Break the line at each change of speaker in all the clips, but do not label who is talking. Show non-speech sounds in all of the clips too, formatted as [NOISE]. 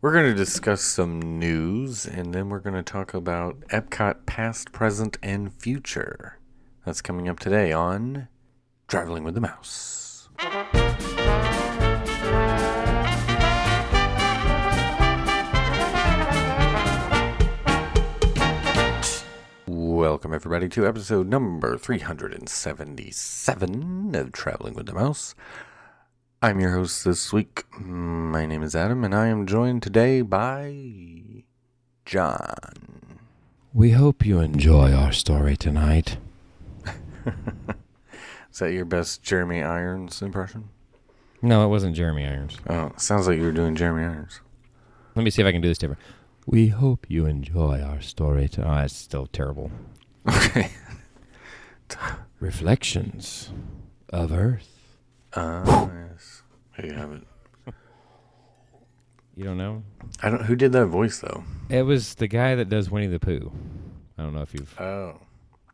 We're going to discuss some news and then we're going to talk about Epcot past, present, and future. That's coming up today on Traveling with the Mouse. Welcome, everybody, to episode number 377 of Traveling with the Mouse. I'm your host this week. My name is Adam, and I am joined today by John.
We hope you enjoy our story tonight.
Is that your best Jeremy Irons impression?
No, it wasn't Jeremy Irons.
Oh, sounds like you were doing Jeremy Irons. [LAUGHS]
Let me see if I can do this different. We hope you enjoy our story tonight. It's still terrible.
Okay.
Reflections of Earth.
Uh, yes. There you have it.
You don't know?
I don't. Who did that voice though?
It was the guy that does Winnie the Pooh. I don't know if you've
Oh,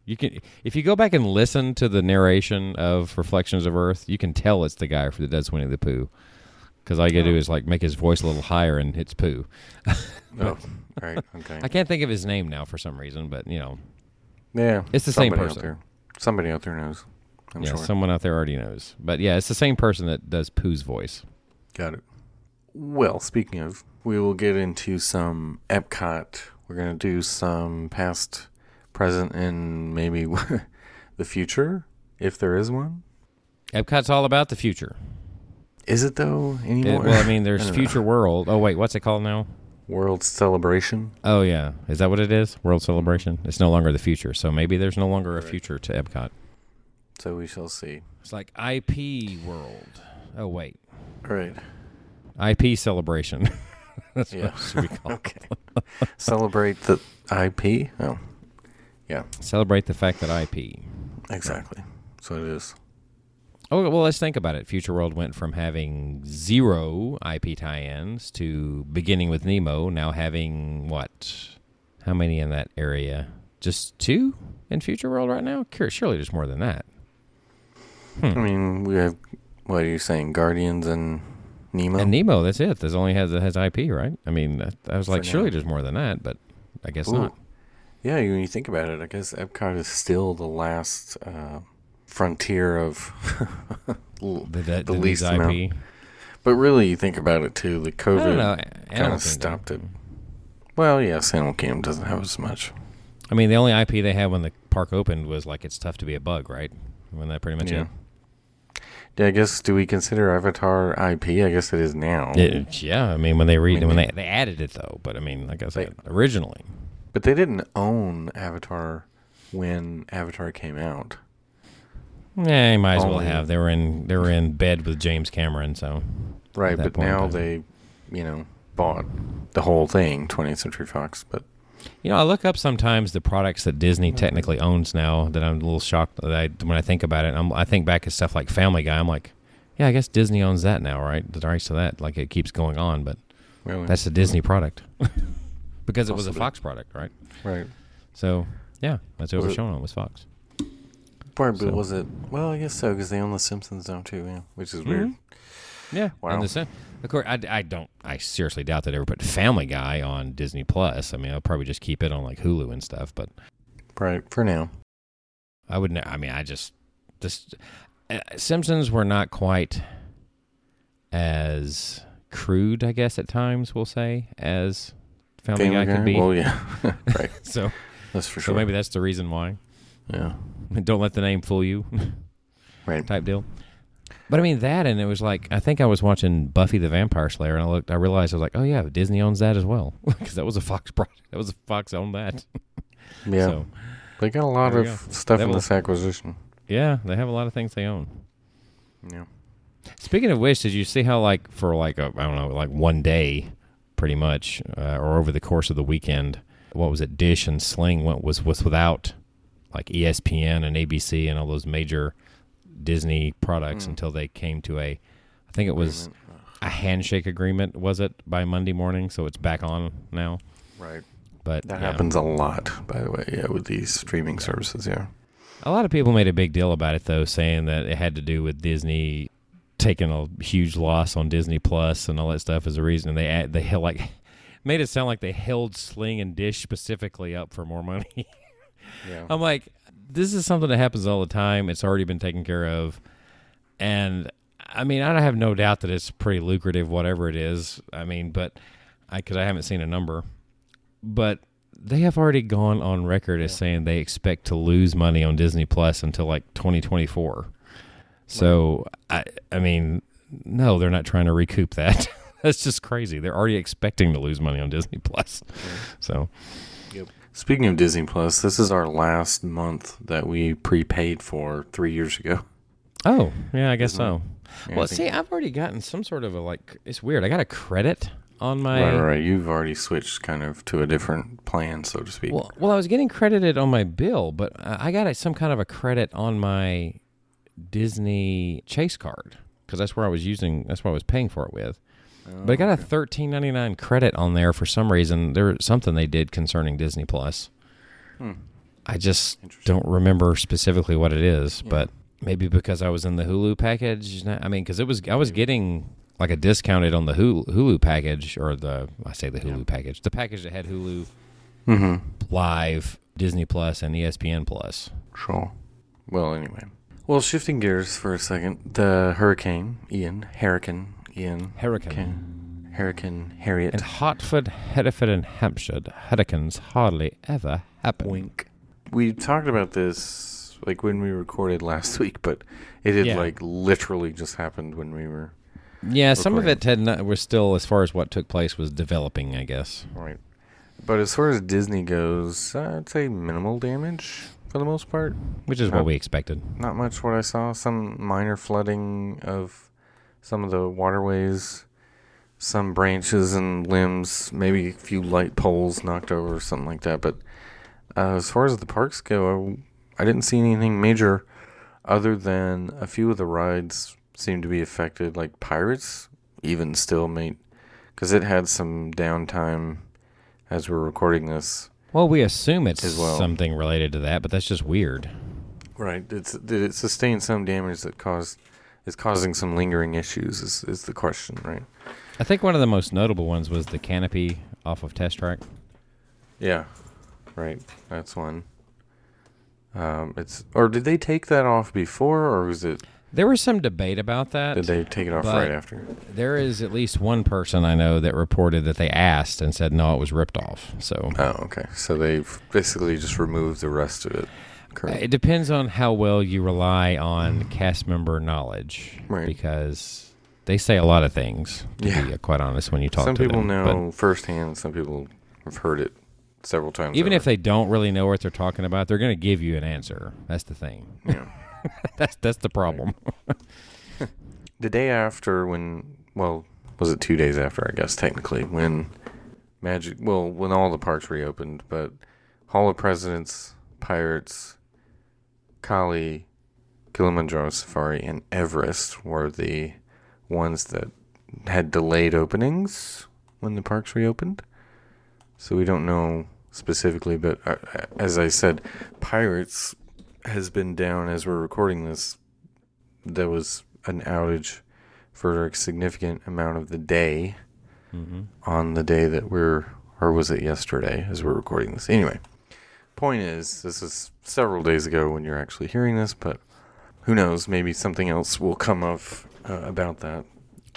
you can if you go back and listen to the narration of Reflections of Earth, you can tell it's the guy that does Winnie the Pooh. Because all you gotta do is like make his voice a little higher and it's Pooh.
oh, right. Okay.
[LAUGHS] I can't think of his name now for some reason, but you know,
Yeah.
It's the same
somebody
person.
Out there. Somebody out there knows. I'm
yeah,
sure.
someone out there already knows. But yeah, it's the same person that does Pooh's voice.
Got it. Well, speaking of, we will get into some Epcot. We're going to do some past, present, and maybe [LAUGHS] the future, if there is one.
Epcot's all about
[LAUGHS]
the future.
Is it though
It-
anymore?
well, I
[LAUGHS]
mean, there's
don't know.
Future World. Oh wait, what's it called now?
World Celebration.
Oh yeah, is that what it is? World Celebration. It's no longer the future, so maybe there's no longer a future to Epcot.
So we shall see.
It's like IP World. Oh wait,
All right.
IP Celebration. [LAUGHS] That's
Yeah.
what it should be
[LAUGHS]
called.
Okay. Celebrate the IP. Oh, yeah,
Celebrate the fact that IP.
exactly. So it is.
Oh well, let's think about it. Future World went from having zero IP tie-ins to beginning with Nemo, now having what? How many in that area? Just two in Future World right now. Cur- Surely there's more than that. Hmm.
I mean, we have. What are you saying? Guardians and Nemo.
And Nemo, that's it. There's only has that has IP, right? I mean, I, I was like,
now.
surely there's more than that, but I guess
Ooh.
not.
Yeah, you- when you think about it, I guess Epcot is still the last uh, frontier of [LAUGHS] l-
The, the,
the
least
least
IP.
amount. But really, you think about it too. The
I
COVID
don't know.
kind
Animal Kingdom.
of stopped it. Well, yes, Animal Kingdom doesn't have as much.
I mean, the only IP they had when the park opened was like, it's tough to be a bug, right? When that pretty much
Yeah. Yeah, I guess. Do we consider Avatar IP? I guess it is now.
it. It- yeah, I mean, when they read
mean,
when they, they added it though, but I mean, like I said, originally,
But they didn't own Avatar when Avatar came out.
yeah, you might as well
Only-
have. They were in they were in bed with James Cameron, so
Right,
At that
but
point in
now
time.
they, you know, bought the whole thing, 20th Century Fox. But
You know, I look up sometimes the products that Disney
Mm-hmm.
technically owns now that I'm a little shocked that I, when I think about it. I'm, I think back to stuff like Family Guy. I'm like, yeah, I guess Disney owns that now, right? The rights to that, like it keeps going on, but
really,
that's a Disney product [LAUGHS] because it was a
Possibly.
Fox product, right?
right.
So, yeah, that's what it
Was
was
it-
shown on was Fox.
Probably
So-
was it? Well, I guess so because they own the Simpsons now too, yeah, which is weird.
Yeah,
Wow.
and the same. Of course, I, I don't. I seriously doubt that ever put Family Guy on Disney Plus. I mean, I'll probably just keep it on like Hulu and stuff, but. Mm-hmm.
Right for now.
I would. ne- I mean, I just this uh, Simpsons were not quite as crude, I guess, at times we'll say, as Family Guy
Family
could be.
Well, yeah, right.
[LAUGHS] so,
That's for
so
sure.
maybe that's the reason why. [LAUGHS]
yeah,
Don't let the name fool you, [LAUGHS]
right.
type deal. But I mean that, and it was like I think I was watching Buffy the Vampire Slayer, and I looked, I realized I was like, oh yeah, Disney owns that as well, [LAUGHS] because that was a Fox product. That was a Fox owned that.
Yeah,
So
they got a lot
there
of
you go.
stuff in
Devil.
this acquisition.
yeah, they have a lot of things they own.
Yeah.
Speaking of which, did you see how like for like a, I don't know, like one day, pretty much, uh, or over the course of the weekend, what was it? Dish and Sling went was was without like E ESPN and ABC and all those major Disney products until they came to a, I think it was a handshake agreement. Was it by Monday morning? So it's back on now.
Right.
But
That
yeah.
happens a lot, by the way. Yeah, with these streaming services. Yeah.
A lot of people made a big deal about it though, saying that it had to do with Disney taking a huge loss on Disney Plus and all that stuff as a reason. And they add, they held like [LAUGHS] made it sound like they held Sling and Dish specifically up for more money. [LAUGHS]
Yeah.
I'm like, this is something that happens all the time. It's already been taken care of, and I mean, I have no doubt that it's pretty lucrative, whatever it is. I mean, but I because I haven't seen a number, but they have already gone on record as saying they expect to lose money on Disney Plus until like 2024. So I I mean, no, they're not trying to recoup that. [LAUGHS] That's just crazy. They're already expecting to lose money on Disney Plus. So
Speaking of Disney Plus, this is our last month that we prepaid for three years ago.
Oh, yeah, I guess so.
Yeah, I
well,
think-
see, I've already gotten some sort of a like. It's weird. I got a credit on my.
Right, right, right. You've already switched kind of to a different plan, so to speak.
Well, well, I was getting credited on my bill, but I I got a, some kind of a credit on my Disney Chase card because that's where I was using. That's what I was paying for it with. but I got a thirteen ninety nine credit on there for some reason. There was something they did concerning Disney Plus. I just don't remember specifically what it is, but maybe because I was in the Hulu package. not- I mean, because it was I was getting like a discounted on the Hulu, Hulu package or the I say the Hulu package, the package that had Hulu live Disney Plus and E ESPN Plus.
Sure. Well, anyway. Well, shifting gears for a second, the hurricane Ian, hurricane Ian,
Hurricane.
Hurricane, hurricane Harriet,
In Hartford, Hereford, and Hampshire, hurricanes hardly ever happen.
wink. We talked about this like when we recorded last [LAUGHS] week, but it had
Yeah.
like literally just happened when we were
Yeah, some of
Recording.
it had not, was still, as far as what took place, was developing, I guess.
right. But as far as Disney goes, I'd say minimal damage for the most part.
Which is
Huh.
what we expected.
Not much what I saw. Some minor flooding of some of the waterways, some branches and limbs, maybe a few light poles knocked over or something like that. But uh, as far as the parks go, I, I didn't see anything major other than a few of the rides seemed to be affected, like Pirates, even still, mate, because it had some downtime as we're recording this.
Well, we assume it's
As well.
something related to that, but that's just weird.
Right. It's, did it sustain some damage that caused is causing some lingering issues? Is is the question, right?
I think one of the most notable ones was the canopy off of Test Track.
Yeah. Right. That's one. Um, it's or did they take that off before, or was it?
There was some debate about that.
Did they take it off
But-
right after?
There is at least one person I know that reported that they asked and said no, it was ripped off. So
Oh, okay. So they've basically just removed the rest of it. Correct.
it depends on how well you rely on cast member knowledge,
Right.
Because they say a lot of things. To
Yeah.
be quite honest, when you talk
Some
to
people
them, but
know firsthand. Some people have heard it several times.
even if they don't really know what they're talking about, they're going to give you an answer. That's the thing. [LAUGHS]
if yeah.
that's that's the problem.
the day after when well was it two days after i guess technically when magic well when all the parks reopened but hall of presidents pirates kali kilimanjaro safari and everest were the ones that had delayed openings when the parks reopened so we don't know specifically but uh, as i said pirates has been down as we're recording this there was an outage for a significant amount of the day on the day that we're or was it yesterday as we're recording this anyway point is this is several days ago when you're actually hearing this but who knows maybe something else will come up uh, about that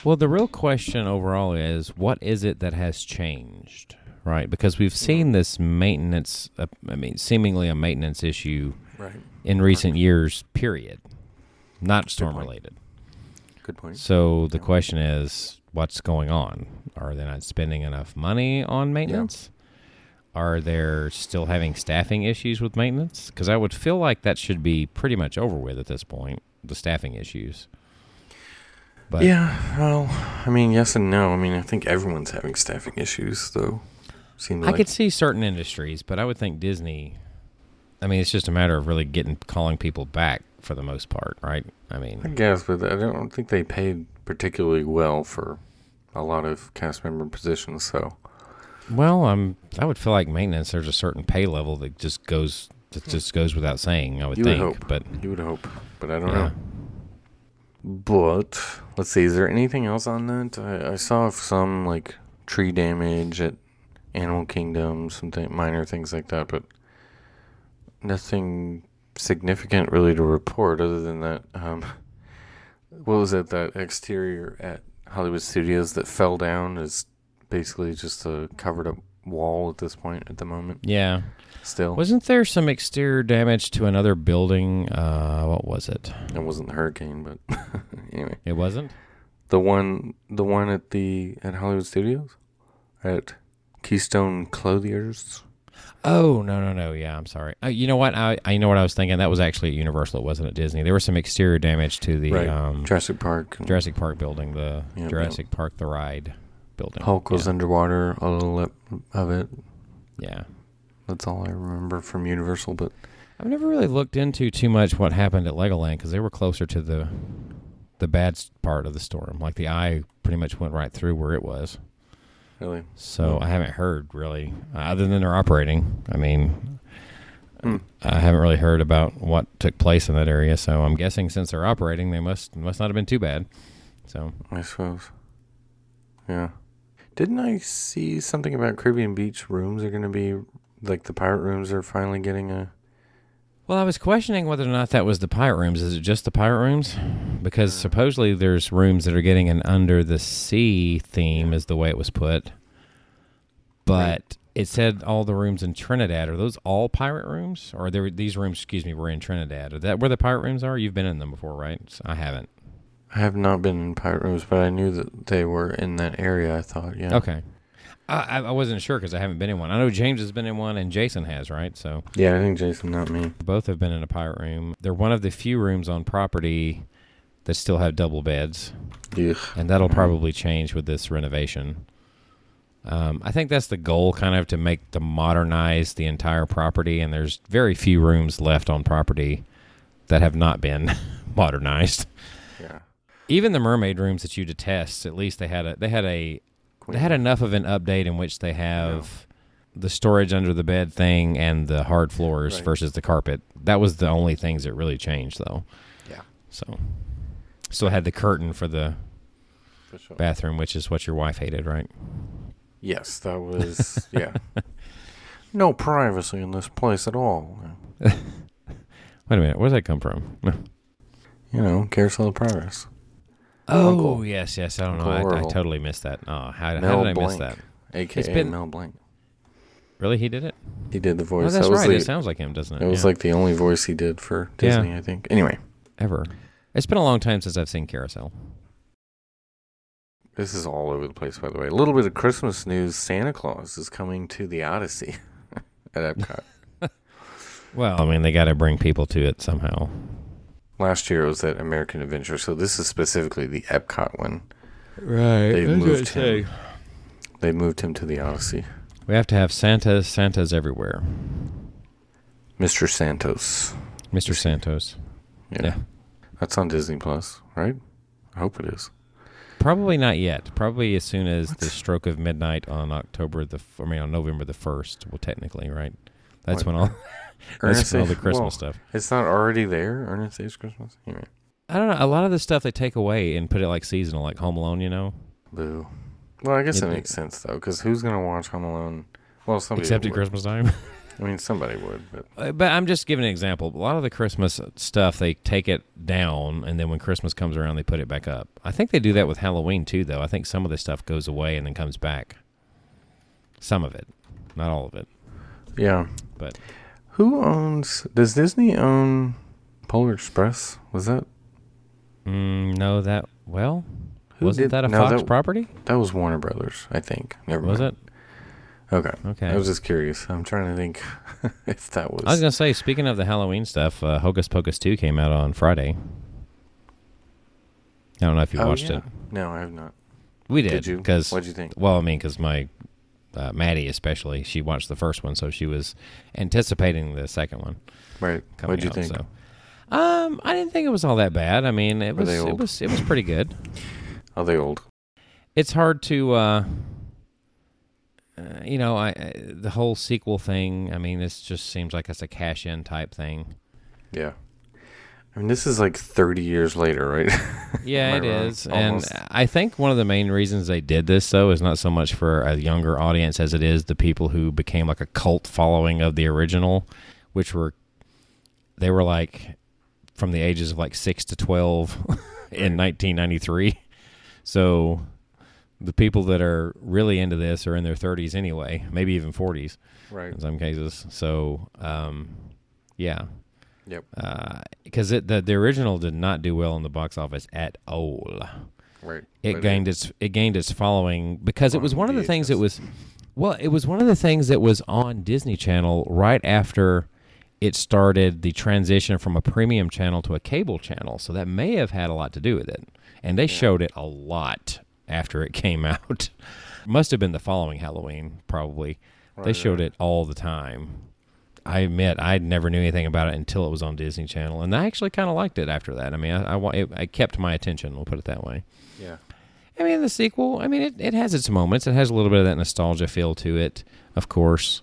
Well, the real question overall is what is it that has changed, right? Because
Mm-hmm.
we've seen this maintenance, uh, I mean, seemingly a maintenance issue
right
in recent years, period, not storm related.
good point
So the question is what's going on? Are they not spending enough money on maintenance? Are they still having staffing issues with maintenance? Because I would feel like that should be pretty much over with at this point, the staffing issues. But
yeah well i mean yes and no i mean i think everyone's having staffing issues though seems
I
like
could see certain industries, but I would think Disney. I mean, it's just a matter of really getting calling people back for the most part, right? I mean,
I guess, but I don't think they paid particularly well for a lot of cast member positions. So
well, I'm. I would feel like maintenance. There's a certain pay level that just goes that just goes without saying. I would
Hmm. you would
think,
hope,
but
you would hope, but I don't
Yeah.
know. But let's see, is there anything else on that? I, I saw some like tree damage at Animal Kingdom, some th- minor things like that, but nothing significant really to report other than that. Um, [LAUGHS] what was it? That exterior at Hollywood Studios that fell down is basically just a covered up wall at this point at the moment.
Yeah.
Still,
Wasn't there some exterior damage to another building? Uh, what was it?
it wasn't the hurricane, but [LAUGHS] anyway.
It wasn't?
The one, the one at the at Hollywood Studios, at Keystone Clothiers.
Oh, no, no, no. Yeah, I'm sorry. Uh, you know what? I, I you know what I was thinking. That was actually at Universal. It wasn't at Disney. There was some exterior damage to the um,
Jurassic Park. and
Jurassic Park building, the
Yeah, but-
Jurassic Park the ride building.
Hulk was
yeah.
underwater a little bit of it.
yeah.
That's all I remember from Universal. But
I've never really looked into too much what happened at Legoland because they were closer to the the bad s- part of the storm. Like the eye pretty much went right through where it was.
really,
So I haven't heard really, uh, other than they're operating. I mean,
Hmm.
I haven't really heard about what took place in that area. So I'm guessing since they're operating, they must must not have been too bad. So
I suppose. Yeah. Didn't I see something about Caribbean Beach rooms are going to be like the pirate rooms are finally getting a
Well, I was questioning whether or not that was the pirate rooms. Is it just the pirate rooms? Because supposedly there's rooms that are getting an under the sea theme, is the way it was put. But it said all the rooms in Trinidad. Are those all pirate rooms? Or there were these rooms, excuse me, were in Trinidad. Are that where the pirate rooms are? You've been in them before, right? S- I haven't.
I have not been in pirate rooms, but I knew that they were in that area. I thought, yeah,
Okay. I, I- I wasn't sure because I haven't been in one. I know James has been in one and Jason has, right? So
yeah. I think Jason, not me.
Both have been in a pirate room. They're one of the few rooms on property that still have double beds,
Ugh.
and that'll probably change with this renovation. Um, I think that's the goal, kind of, to make to modernize the entire property. And there's very few rooms left on property that have not been [LAUGHS] modernized.
Yeah.
Even the mermaid rooms that you detest, at least they had a they had a they had enough of an update in which they have the storage under the bed thing and the hard floors
Right.
versus the carpet. That was the only things that really changed, though.
Yeah.
So, still had the curtain for the
For sure.
bathroom, which is what your wife hated, right?
Yes, that
[LAUGHS]
was yeah. No privacy in this place at all.
Wait a minute, where does that come from?
You know, carousel of progress.
Oh,
Uncle-
yes, yes. I don't
Uncle
know. I, I
Oral.
totally missed that. Oh, how, how
Mel
did I miss
Blanc,
that?
aka
been-
Mel Blanc.
Really, he did it?
He did the
Oh,
voice.
that's
that was
right.
The,
it sounds like him, doesn't it?
that was
Yeah.
like the only voice he did for
Yeah.
Disney, I think. Anyway,
ever. It's been a long time since I've seen Carousel.
this is all over the place, by the way. A little bit of Christmas news: Santa Claus is coming to the Odyssey [LAUGHS] at Epcot.
Well, I mean, they got to bring people to it somehow.
Last year it was at American Adventure, so this is specifically the Epcot one.
Right.
They moved him. They moved him to the Odyssey.
We have to have Santas, Santas everywhere.
Mr. Santos.
Mr. Santos.
Yeah. That's on Disney Plus, right? I hope it is.
Probably not yet. Probably as soon as the stroke of midnight on October the, f- I mean, on November the 1st, well, technically, right? That's
What?
when all, [LAUGHS] that's
Ernest
when all
A-
the Christmas
well,
stuff.
It's not already there. Ernest Saves Christmas. Anyway,
I don't know. A lot of the stuff they take away and put it like seasonal, like Home Alone, you know?
Oh, boo. Well, I guess
It-
it, makes sense though, because who's gonna watch Home Alone? Well, somebody
Except at
would.
Christmas time. [LAUGHS]
I mean, somebody would, but
Uh, but I'm just giving an example. A lot of the Christmas stuff, they take it down, and then when Christmas comes around, they put it back up. I think they do that with Halloween too, though. I think some of the stuff goes away and then comes back. Some of it, not all of it.
yeah.
But-
who owns? Does Disney own Polar Express? Was that
Mm, no, that well,
Who
wasn't
did-
that a
no,
Fox
that-
property?
that was Warner Brothers? I think. Never
Was
mind.
it?
Okay.
Okay.
I was just curious. I'm trying to think [LAUGHS] if that was.
I was gonna say, speaking of the Halloween stuff, uh, Hocus Pocus two came out on Friday. I don't know if you
Oh,
watched
yeah.
it.
No, I have not.
We
Did,
did
you?
because
What'd you think?
Well, I mean, because my uh, Maddie, especially, she watched the first one, so she was anticipating the second one
Right.
coming
What'd you
out,
think?
so. Um, I didn't think it was all that bad. I mean, it
Were
was
they
it
old?
was it was pretty good.
Are they old?
It's hard to, uh, uh, you know, I I- the whole sequel thing. I mean, this just seems like it's a cash in type thing.
Yeah. I mean, this is like 30 years later, right? [LAUGHS]
Yeah,
Am
it
I wrong?
is.
Almost.
And I think one of the main reasons they did this, though, is not so much for a younger audience as it is the people who became like a cult following of the original, which were, they were like from the ages of like 6 to 12 [LAUGHS] in 1993. So the people that are really into this are in their 30s anyway, maybe even 40s
right.
in some cases. So, um, yeah,
Yep.
because it the, the original did not do well in the box office at all.
Right.
It
But
gained its it gained its following because it was
On
one of the things that
VHS.
was well, it was one of the things that was on Disney Channel right after it started the transition from a premium channel to a cable channel. So that may have had a lot to do with it. And they showed it a lot after it [LAUGHS] came out. Must have been the following Halloween probably. they
Right,
showed it all the time. I admit I never knew anything about it until it was on Disney Channel, and I actually kind of liked it after that. I mean, I, I wa- it, it kept my attention. We'll put it that way.
Yeah.
I mean, the sequel. I mean, it, it has its moments. It has a little bit of that nostalgia feel to it, of course.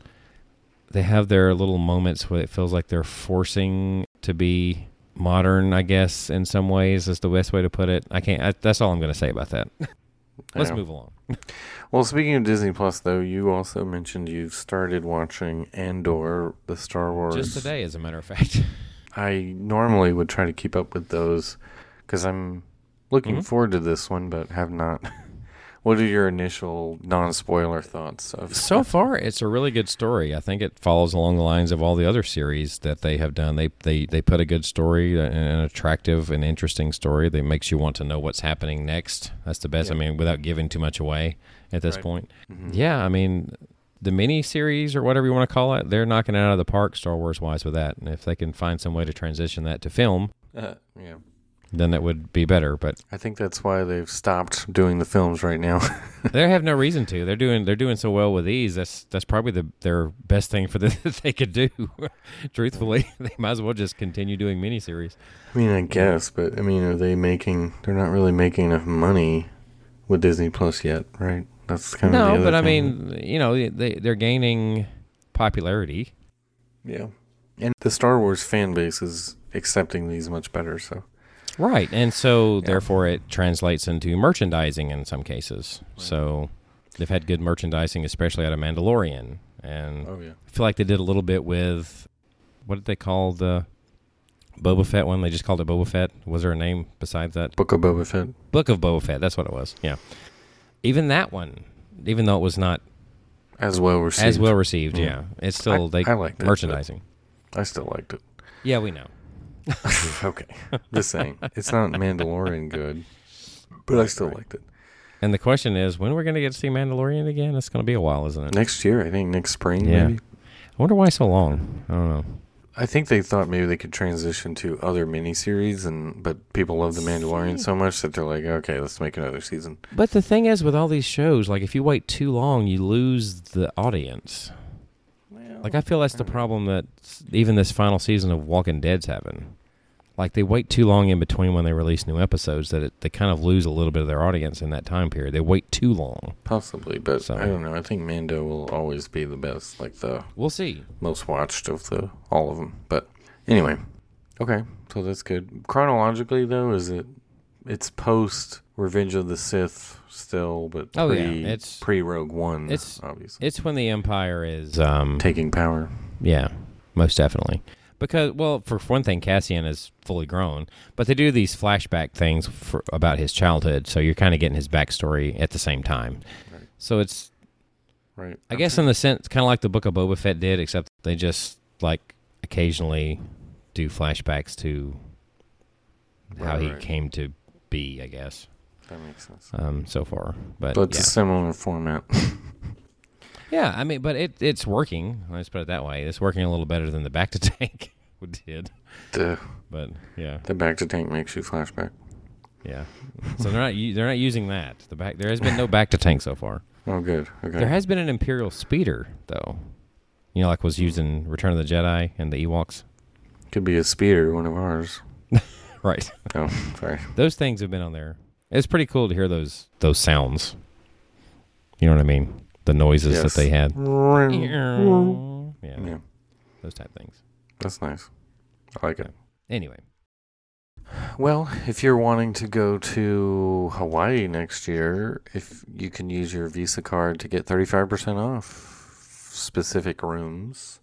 They have their little moments where it feels like they're forcing to be modern. I guess in some ways is the best way to put it. I can't. I, that's all I'm going to say about that. Let's
Yeah.
move along.
Well, speaking of Disney Plus, though, you also mentioned you've started watching Andor, the Star Wars.
Just today, as a matter of fact. [LAUGHS]
I normally would try to keep up with those because I'm looking
Mhm.
forward to this one, but have not. [LAUGHS] what are your initial non-spoiler thoughts of?
so far it's a really good story i think it follows along the lines of all the other series that they have done they they, they put a good story uh, an an attractive and interesting story that makes you want to know what's happening next that's the best i
Yeah.
mean without giving too much away at this
Right.
point
Mhm.
yeah i mean the mini series or whatever you want to call it they're knocking it out of the park star wars wise with that and if they can find some way to transition that to film
Uh, yeah,
then that would be better but
I think that's why they've stopped doing the films right now.
they have no reason to they're doing they're doing so well with these that's that's probably the their best thing for [LAUGHS] them that they could do truthfully [LAUGHS] they might as well just continue doing miniseries
I mean, I guess, but I mean, are they making? They're not really making enough money with Disney Plus yet, right? That's kind of the
no
other
but i
thing.
mean you know they, they're gaining popularity
Yeah. And the Star Wars fan base is accepting these much better, so
right and so
Yeah.
therefore it translates into merchandising in some cases so they've had good merchandising especially out of mandalorian and
Oh yeah.
i feel like they did a little bit with what did they call the Boba Fett one, they just called it Boba Fett. Was there a name besides that?
Book of Boba Fett.
Book of Boba Fett. That's what it was. Yeah. Even that one, even though it was not
As well received.
as well received,
Mm.
yeah, it's still they
I liked it, but-
merchandising.
I still liked it.
Yeah, we know.
[LAUGHS] okay. Just saying. It's not Mandalorian good. But I still liked it.
And the question is, when we're going to get to see Mandalorian again? It's going to be a while, isn't it?
Next year, I think next spring
Yeah.
maybe.
I wonder why so long. I don't know.
I think they thought maybe they could transition to other miniseries and but people love the Mandalorian so much that they're like, Okay, let's make another season.
But the thing is, with all these shows, like if you wait too long, you lose the audience. Like I feel that's the problem that s- even this final season of Walking Dead's having. Like they wait too long in between when they release new episodes that it, they kind of lose a little bit of their audience in that time period. They wait too long.
Possibly, but
So-
I don't know. I think Mando will always be the best, like the
We'll see.
most watched of the all of them. But anyway, okay, so that's good. Chronologically though, is it? It's post Revenge of the Sith still, but pre,
Oh, yeah, it's-
pre Rogue One.
it's-
obviously
It's when the Empire is um
taking power.
yeah, most definitely. Because well, for one thing, Cassian is fully grown, but they do these flashback things for, about his childhood, so you're kind of getting his backstory at the same time.
Right.
So it's
Right.
I guess in the sense, kind of like the Book of Boba Fett did, except they just like occasionally do flashbacks to how
Right,
he
right.
came to be, I guess,
that makes sense.
um, so far. But,
But it's
yeah.
a similar format.
yeah, I mean, but it it's working. Let's put it that way. It's working a little better than the back to tank [LAUGHS] did.
the
But yeah,
the back to tank makes you flashback.
yeah. So they're not u- they're not using that. The back there has been no back to tank so far.
Oh, good. Okay.
There has been an Imperial speeder though. You know, like was used in Return of the Jedi and the Ewoks.
Could be a speeder, one of ours.
Right.
Oh, sorry.
those things have been on there. It's pretty cool to hear those those sounds. You know what I mean? The noises
Yes.
that they had. Yeah,
Yeah,
those type things.
that's nice. I like it.
Anyway,
Well, if you're wanting to go to Hawaii next year, if you can use your Visa card to get 35% off specific rooms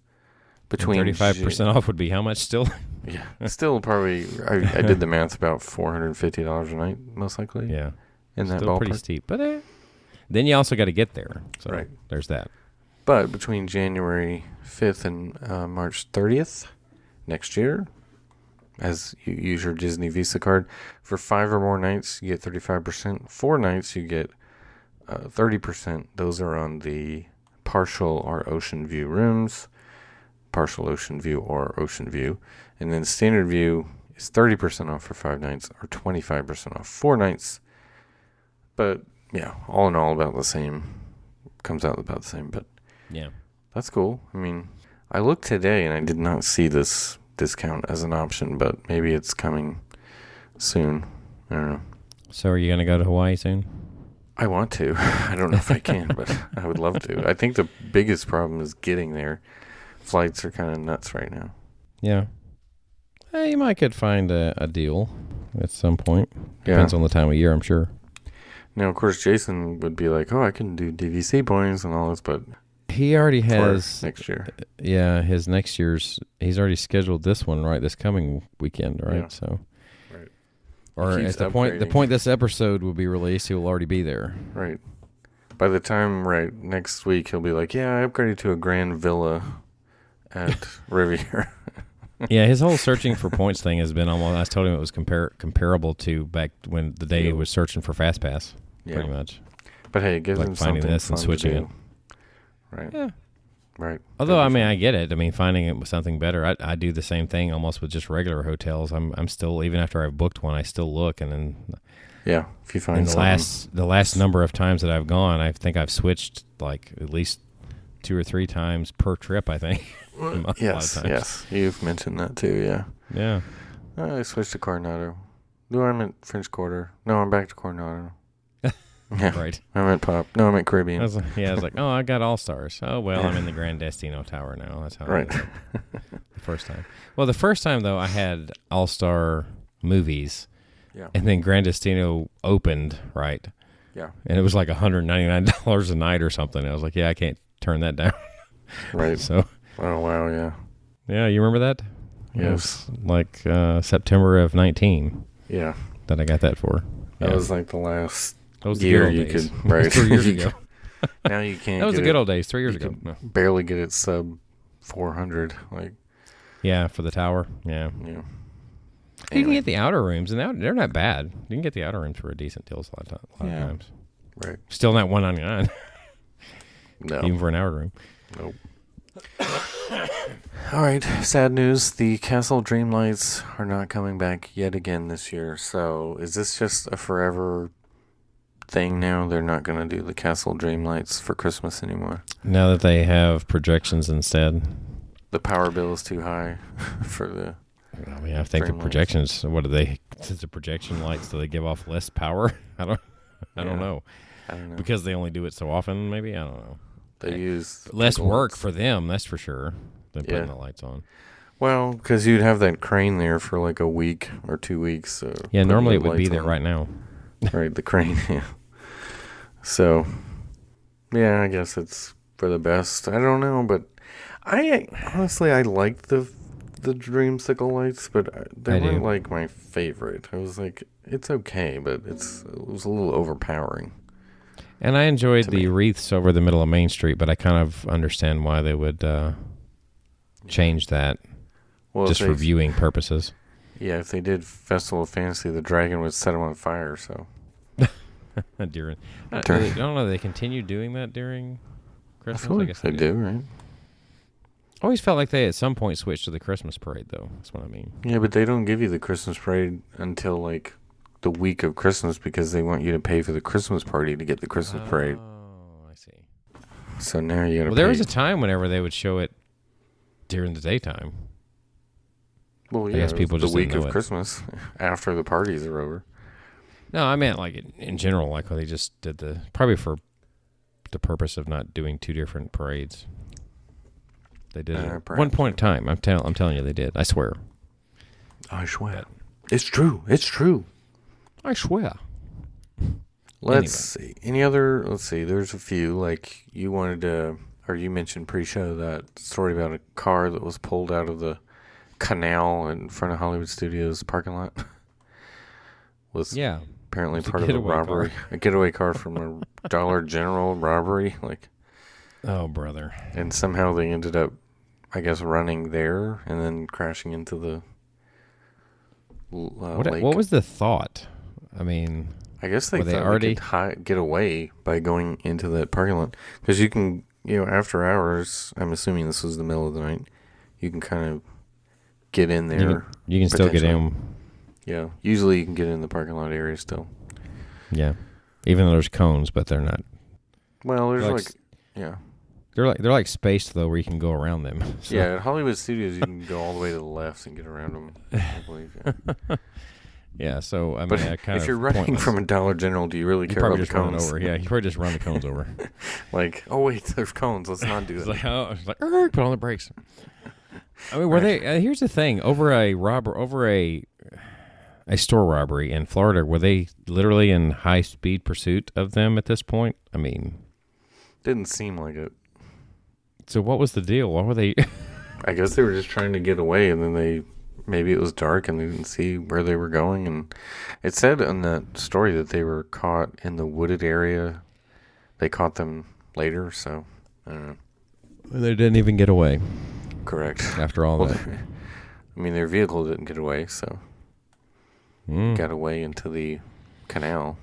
between
Thirty five percent off would be how much still? [LAUGHS]
Ju- [LAUGHS] yeah, still probably. I, I did the math about $450 a night, most likely.
[LAUGHS] yeah,
in that
still
ballpark.
pretty steep. But eh. then you also got to get there. So
Right.
there's that.
But between January 5th and uh, March 30th next year, as you use your Disney Visa card, for five or more nights, you get 35%. Four nights, you get uh, 30%. Those are on the partial or ocean view rooms, partial ocean view or ocean view. And then standard view is 30% off for five nights or 25% off four nights. But yeah, all in all, about the same. Comes out about the same, but
Yeah.
that's cool. I mean, I looked today and I did not see this discount as an option, but maybe it's coming soon. I don't know.
So are you gonna go to Hawaii soon?
I want to. [LAUGHS] I don't know if I can, but I would love to. I think the biggest problem is getting there. Flights are kind of nuts right now.
Yeah. Eh, you might could find a, a deal at some point.
Yeah.
Depends on the time of year, I'm sure.
Now, of course, Jason would be like, "Oh, I can do DVC points and all this," but
He already
for
has
next year,
yeah, his next year's he's already scheduled this one, right? This coming weekend, right?
Yeah.
So
Right.
Or
He
at
keeps
the point the
upgrading.
point this episode will be released, he will already be
[LAUGHS]
there.
right? By the time right next week, he'll be like, "Yeah, I upgraded to a grand villa at Riviera." [LAUGHS]
yeah, his whole searching for points thing has been almost I told him it was compar- comparable to back when the day he
Yeah.
was searching for fast pass, pretty much.
But hey, it gives
Like
them
finding
something
this and
fun
switching
to do.
it.
Right.
Yeah.
Right.
Although I mean I get it. I mean finding it with something better. I, I do the same thing almost with just regular hotels. I'm I'm still even after I've booked one, I still look and then
yeah, if you find
in the
something.
last the last number of times that I've gone, I think I've switched like at least two or three times per trip. I think. [LAUGHS] A mo- a lot of
yes,
times.
yes, you've mentioned that too. Yeah,
Yeah.
I switched to Coronado. No, I'm at French Quarter. No, I'm back to Coronado. yeah,
Right.
I'm at Pop. No, I'm at
I
Caribbean.
was like, yeah. I was like, oh, I got all stars. Oh well, I'm in the Grandestino Tower now. That's how.
[LAUGHS]
I
right.
did it The first time. Well, the first time though, I had all star movies,
Yeah.
and then Grandestino opened right,
Yeah.
and it was like 199 [LAUGHS] dollars a night or something. I was like, yeah, I can't turn that down. [LAUGHS]
Right.
So
Oh wow. Yeah.
yeah, you remember that? It
Yes.
was like uh, September of 19.
Yeah.
that I got that for.
That
Yeah.
was like the last.
that was
year you
[LAUGHS]
could- right.
three
[LAUGHS]
years
You
ago.
Now you can't.
That was
get
the
it-
good old days. Three years
you
ago.
could
No.
Barely get it sub 400. Like
Yeah, for the tower. Yeah,
yeah.
you can
Anyway,
get the outer rooms, and that- they're not bad. You can get the outer rooms for a decent deal a lot, of, ti- a lot
Yeah.
of times.
right.
Still not one ninety [LAUGHS] nine,
No.
even for an outer room.
Nope. [COUGHS] All right, sad news. The Castle Dreamlights are not coming back yet again this year. So, is this just a forever thing now? They're not going to do the Castle Dreamlights for Christmas anymore.
Now that they have projections instead,
The power bill is too high [LAUGHS] for the.
I mean, I think
Dream lights.
the projections. What do they? [LAUGHS] Since the projection lights, do they give off less power? [LAUGHS] I don't. I don't
Yeah.
know
I don't know.
because they only do it so often. Maybe I don't know.
they use
uh, Less
people-
work for them, that's for sure. Than putting
Yeah.
the lights on.
Well, because you'd have that crane there for like a week or two weeks. So
Yeah,
putting
normally it
the
would be
lights
there
on.
right now.
right the crane [LAUGHS] yeah so yeah i guess it's for the best i don't know but i honestly i liked the the dreamsicle lights but I- they
I do.
weren't like my favorite i was like it's okay but it's it was a little overpowering
And I enjoyed
to
the
me.
wreaths over the middle of Main Street, but I kind of understand why they would uh, change that
well if
just
they,
for viewing purposes. [LAUGHS]
yeah if they did festival of fantasy the dragon would set him on fire so
during, I,
Dur-
I don't know. They continue doing that during
i
Christmas.
feel like they do right
Always felt like they at some point switched to the Christmas parade, though. That's what I mean.
yeah but they don't give you the christmas parade until like the week of christmas because they want you to pay for the christmas party to get the
Ah.
christmas parade
Oh, I see.
So now you gotta.
Well, there was a time whenever they would show it during the daytime.
well,
guess
it was
people
the
just didn't
week
know
of
it.
Christmas [LAUGHS] after the parties are over.
No, I meant like in, in general, like how they just did the probably for the purpose of not doing two different parades. They did
Uh,
it at one
perhaps.
point in time. I'm telling I'm telling you they did. I swear.
I swear. It's true. It's true.
I swear.
Let's see. Any other? Let's see. There's a few. Like you wanted to, or you mentioned pre-show that story about a car that was pulled out of the canal in front of Hollywood Studios parking lot. [LAUGHS] was
Yeah.
apparently
was a
part of a
getaway car.
robbery, a getaway car from
[LAUGHS]
a Dollar General robbery. Like,
Oh, brother.
and somehow they ended up, I guess, running there and then crashing into the l- uh,
Oh, What,
lake.
what was the thought? I mean,
I guess they,
Were they
thought
already-
they could hi- get away by going into that parking lot because you can, you know, after hours. I'm assuming this was the middle of the night. You can kind of get in
you can,
there.
you can still get
potentially.
in.
Yeah, usually you can get in the parking lot area still.
Yeah. Even though there's cones, but they're not.
Well, there's
Like
like,
s-
yeah,
They're like they're like spaced though, where you can go around them. [LAUGHS] So,
yeah. At Hollywood Studios, you can go all the way to the left and get around them. I believe. yeah.
[LAUGHS] Yeah. So I mean,
But
uh, kind
if
of [LAUGHS]
you're running
pointless.
from a Dollar General, do you really
you
care
probably
about the
just run it
cones?
over. Yeah. You probably just run the cones over.
Like, [LAUGHS] oh wait, there's cones. Let's not do
It's
that.
[LAUGHS] like, oh, it's like, "Err," put on the brakes. I mean, were they? Uh, here's the thing: over a robber, over a a store robbery in Florida, were they literally in high speed pursuit of them at this point? I mean,
Didn't seem like it.
so what was the deal? Why were they? [LAUGHS]
I guess they were just trying to get away, and then they maybe it was dark and they didn't see where they were going. And it said in that story that they were caught in the wooded area. They caught them later, so I don't know.
they didn't even get away
Correct.
after all
Well, [LAUGHS]
[LAUGHS] that.
I mean, their vehicle didn't get away, so
Mm.
got away into the canal.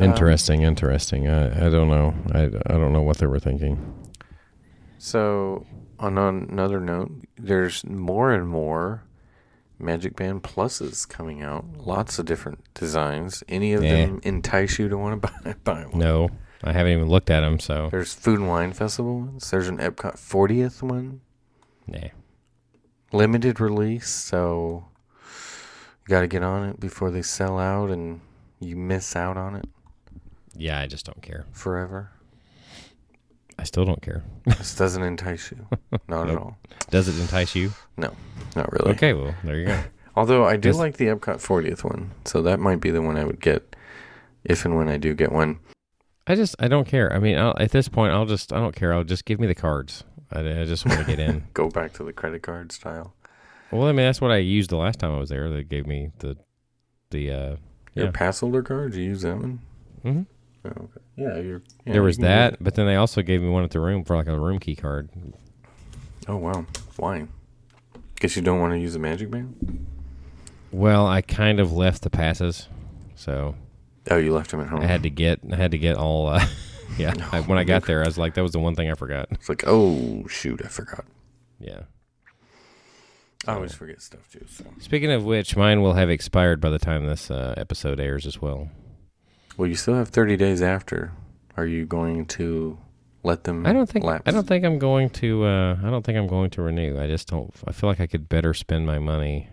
Uh, Interesting, interesting. I, I don't know. I, I don't know what they were thinking.
So, on an- another note, there's more and more Magic Band Pluses coming out. Lots of different designs. Any of
Yeah.
them entice you to want to [LAUGHS] buy, buy one?
No, I haven't even looked at them. So,
There's Food and Wine Festival ones. There's an Epcot 40th one.
nah.
Limited release, so you got to get on it before they sell out and you miss out on it
yeah, I just don't care.
forever.
I still don't care.
this doesn't entice you. Not at all.
Does it entice you?
No, not really.
Okay, well, there you go.
Although I do
Just-
like the Epcot 40th one, so that might be the one I would get if and when I do get one.
I just I don't care. I mean, I'll, at this point, I'll just I don't care. I'll just give me the cards. I, I just want to get in.
[LAUGHS] Go back to the credit card style.
well, I mean, that's what I used the last time I was there. They gave me the the uh,
Your
Yeah.
pass holder card, do you use that one?
mhm.
Oh, okay. Yeah, your, yeah, you
there was
can do
that, but then they also gave me one at the room for like a room key card.
Oh, wow. Why? Guess you don't want to use a magic band?
Well, I kind of left the passes, so
Oh, you left them at home.
I had to get I had to get all. Uh, [LAUGHS] yeah, I,
[LAUGHS]
when I got there, I was like, that was the one thing I forgot.
It's like, oh, shoot, I forgot.
Yeah.
I always forget stuff, too. So.
Speaking of which, mine will have expired by the time this uh, episode airs as well.
Well, you still have 30 days after. Are you going to let them
I don't think
lapse?
I don't think I'm going to uh, I don't think I'm going to renew. I just don't I feel like I could better spend my money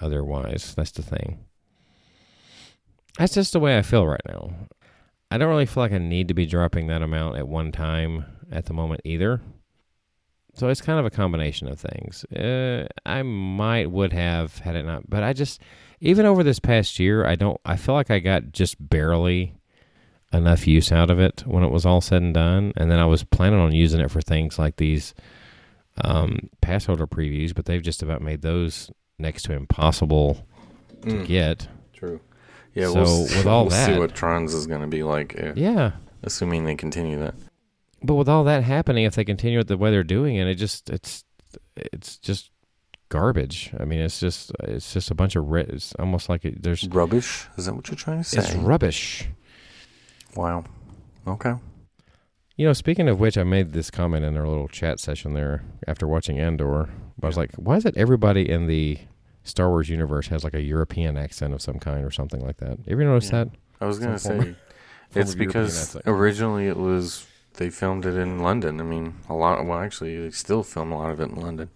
otherwise. That's the thing. That's just the way I feel right now. I don't really feel like I need to be dropping that amount at one time at the moment either. So it's kind of a combination of things. Uh, I might would have had it not, but I just even over this past year, I don't I feel like I got just barely enough use out of it when it was all said and done. And then I was planning on using it for things like these um, pass holder previews, but they've just about made those next to impossible to
Mm,
get.
True. Yeah,
So,
we'll,
with
s- [LAUGHS]
all
we'll see
that-
what Trons is going to be like, eh,
Yeah.
assuming they continue that.
But with all that happening, if they continue it the way they're doing it, it just it's it's just garbage. I mean, it's just it's just a bunch of ri- it's almost like it, there's
Rubbish? Is that what you're trying to say?
it's rubbish.
wow. Okay.
You know, speaking of which, I made this comment in our little chat session there after watching Andor. I was like, why is it everybody in the Star Wars universe has like a European accent of some kind or something like that? You ever notice
Yeah.
that?
I was
Some
going to
form-
say, it's
Former European
because
accent.
originally it was, they filmed it in London. I mean, a lot, well, actually, they still film a lot of it in London.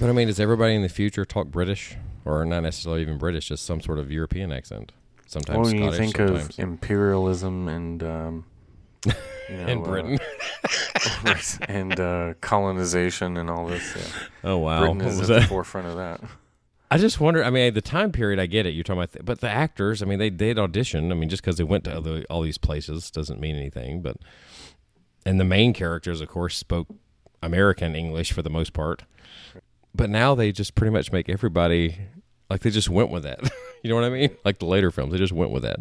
But I mean, does everybody in the future talk British or not necessarily even British, just some sort of European accent? Sometimes
Well, when you
Scottish,
think
sometimes
of imperialism and,
[LAUGHS]
um, you know,
in
uh, [LAUGHS]
Britain.
and uh, colonization and all this, yeah.
oh wow,
Britain
Oh, What
is
was
at the
that?
forefront of that.
I just wonder. I mean, the time period, I get it. You're talking about, but the actors. I mean, they did audition. I mean, just because they went to other, all these places doesn't mean anything. But and the main characters, of course, spoke American English for the most part. But now they just pretty much make everybody like they just went with that. [LAUGHS] you know what I mean? Like the later films, they just went with that.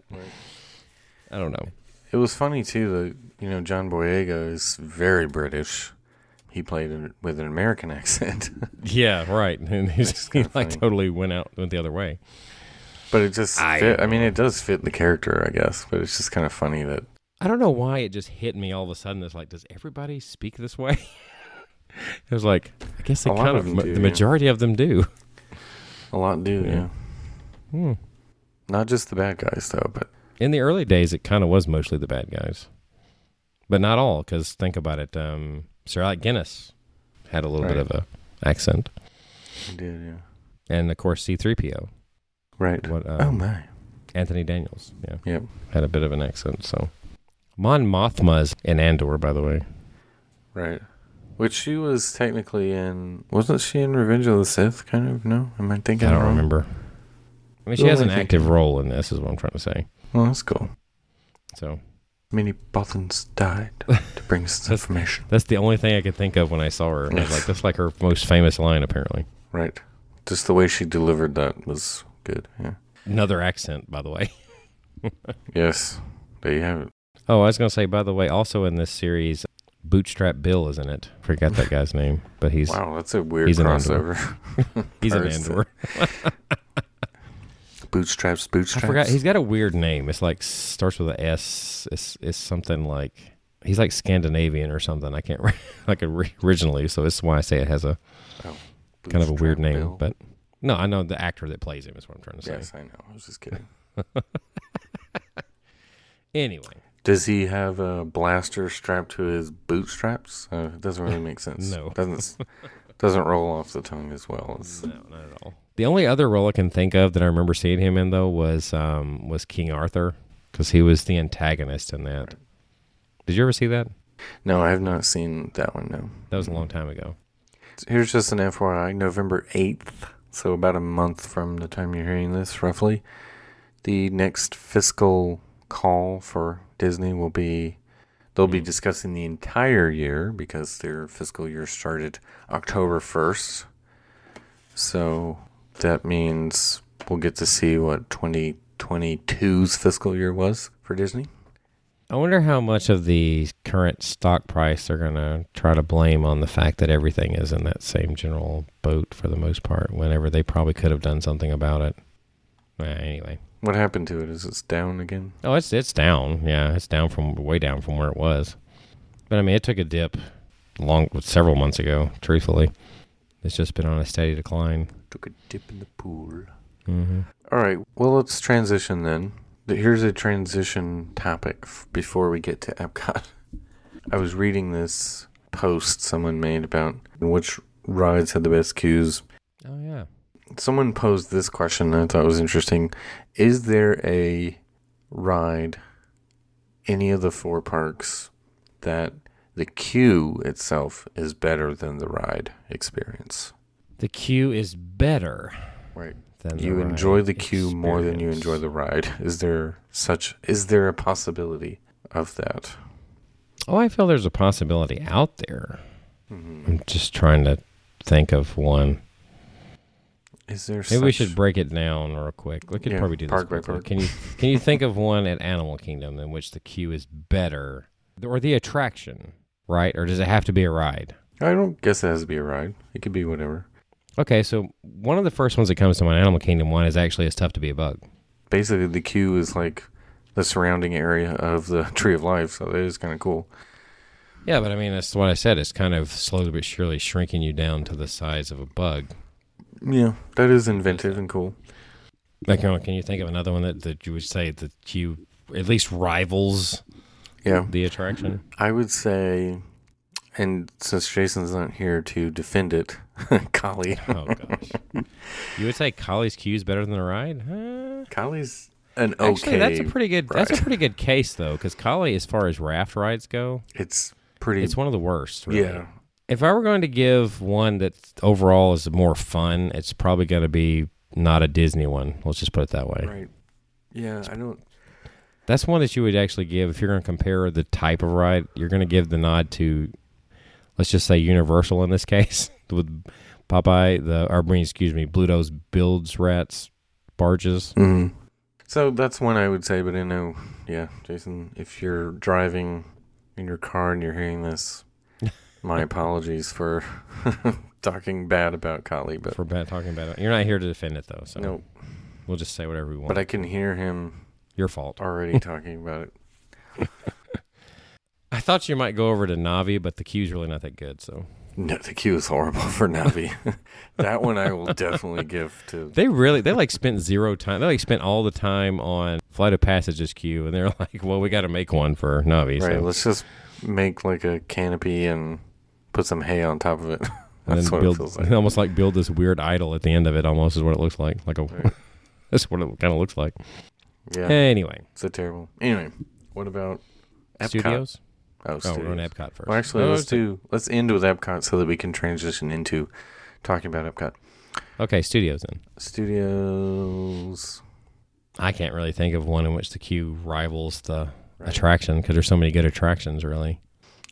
I don't know.
It was funny too that you know John Boyega is very British. He played in, with an American [LAUGHS] accent,
Yeah, right. [LAUGHS] And he's, he
kinda
like
funny.
totally went out went the other way.
but it just
I-
I, I mean it does fit the character, I guess. But it's just kind of funny that
I don't know why it just hit me all of a sudden. It's like, does everybody speak this way? [LAUGHS] it was like, I guess they
A lot
kind
of
of,
them
ma-
do,
the
yeah.
majority of them do.
a lot do.
Yeah.
Yeah.
Hmm.
Not just the bad guys though, but
In the early days, it kind of was mostly the bad guys, but not all. Because think about it, um, Sir Alec Guinness had a little bit
Right.
of a accent,
he did. Yeah.
and of course C three PO,
Right.
what um,
oh my.
Anthony Daniels, yeah,
Yep.
had a bit of an accent. So Mon Mothma's in Andor, by the way.
Right. Which she was technically in. Wasn't she in Revenge of the Sith? Kind of. No. Am I thinking?
I don't
wrong?
remember. I mean, she
Uh-huh. Who
has
am
an
I
active role in this, is what I'm trying to say.
Well, that's cool.
So
Many Bothans died [LAUGHS] to bring us
That's-
information.
that's the only thing I could think of when I saw her. I was like, that's like her most famous line, apparently.
Right. Just the way she delivered that was good. Yeah.
Another accent, by the way. [LAUGHS]
Yes. There you have it.
Oh, I was going to say, by the way, also in this series, Bootstrap Bill is in it. Forgot that guy's name, but he's
Wow, that's a weird
he's an Andor.
crossover. [LAUGHS]
he's an
person.
Andor.
bootstraps,
I
bootstraps.
forgot. He's got a weird name. It's like starts with a S. It's, it's something like he's like Scandinavian or something. I can't re- [LAUGHS] like ori- originally, so that's why I say it has a kind of a
Bootstrap
weird name.
Bill.
But no, I know the actor that plays him is what I'm trying to say.
yes, I know. I was just kidding.
Anyway,
Does he have a blaster strapped to his bootstraps? Uh, it doesn't really make sense.
[LAUGHS] No.
doesn't s- doesn't roll off the tongue as well. As,
[LAUGHS] no, not at all. The only other role I can think of that I remember seeing him in though was um, was King Arthur because he was the antagonist in that. Did you ever see that?
No, I have not seen that one. No.
That was a long time ago.
Here's just an FYI November 8th, so about a month from the time you're hearing this, roughly, the next fiscal call for Disney will be they'll be discussing the entire year because their fiscal year started October 1st. So that means we'll get to see what 2022's fiscal year was for Disney.
I wonder how much of the current stock price they're going to try to blame on the fact that everything is in that same general boat for the most part, whenever they probably could have done something about it. Eh, anyway.
What happened to it? Is it's down again?
Oh, it's it's down. Yeah, it's down from way down from where it was. But I mean, it took a dip long several months ago. Truthfully, it's just been on a steady decline.
Took a dip in the pool.
Mm-hmm.
All right. Well, let's transition then. Th- Here's a transition topic f- before we get to Epcot. [LAUGHS] I was reading this post someone made about which rides had the best queues.
Oh yeah.
Someone posed this question that I thought was interesting. Is there a ride, any of the four parks, that the queue itself is better than the ride experience?
The queue is better
Right.
than
you
the ride
enjoy the queue more than you enjoy
experience.
the ride. Is there such? Is there a possibility of that?
Oh, I feel there's a possibility out there.
Mhm.
I'm just trying to think of one.
Is there?
Maybe
such,
we should break it down real quick. We could
Yeah,
probably do this
park by
quickly.
park.
Can you can you think of one at Animal Kingdom in which the queue is better, or the attraction, right? Or does it have to be a ride?
I don't guess it has to be a ride. It could be whatever.
Okay, so one of the first ones that comes to mind, Animal Kingdom one, is actually it's tough to be a bug.
Basically, the queue is like the surrounding area of the [LAUGHS] Tree of Life, so that is kind of cool.
Yeah, but I mean that's what I said. It's kind of slowly but surely shrinking you down to the size of a bug.
Yeah, that is inventive and cool.
Like, you know, can you think of another one that, that you would say the queue at least rivals
Yeah,
the attraction?
I would say, and since Jason's not here to defend it, [LAUGHS] Kali.
Oh gosh,
[LAUGHS]
you would say Kali's queue is better than the ride? Huh?
Kali's an okay.
Actually, that's a pretty good. That's a
ride.
pretty good case though, because Kali, as far as raft rides go,
It's pretty.
it's one of the worst. Really.
yeah.
If I were going to give one that overall is more fun, it's probably going to be not a Disney one. Let's just put it that way.
Right. Yeah, I don't.
That's one that you would actually give if you're going to compare the type of ride. You're going to give the nod to, let's just say Universal in this [LAUGHS] case with Popeye the or I mean, excuse me Bluto's builds rats barges.
Mm. So that's one I would say, but I know, yeah, Jason, if you're driving in your car and you're hearing
[LAUGHS]
this, my apologies for [LAUGHS] talking bad about Kali, but
For bad talking about it, you're not here to defend it though. So
no,
we'll just say whatever we want.
but I can hear him
Your fault. [LAUGHS]
already talking about it.
I thought you might go over to Navi, but the queue's really not that good. So
No, the queue is horrible [LAUGHS] for Navi. that one I will definitely give
[LAUGHS]
to.
they really they like spent zero time. They like spent all the time on Flight of Passage's queue, and they're [LAUGHS] like, well, we got to make one for Navi.
Right,
so.
let's just make like a canopy and put some hay on top of it. [LAUGHS]
and
That's what
then build
it
[LAUGHS]
feels like.
almost like build this weird idol at the end of it. Almost is what it looks like. Like a
Right.
[LAUGHS] that's what it kind of looks like.
Yeah,
Anyway,
it's a terrible. Anyway, what about Epcot?
studios.
Oh,
Oh, we're
studios.
on Epcot first.
Well, actually,
No,
let's
it's-
do let's end with Epcot so that we can transition into talking about Epcot
okay studios then.
studios.
I can't really think of one in which the queue rivals the
Right.
attraction because there's so many good attractions. Really,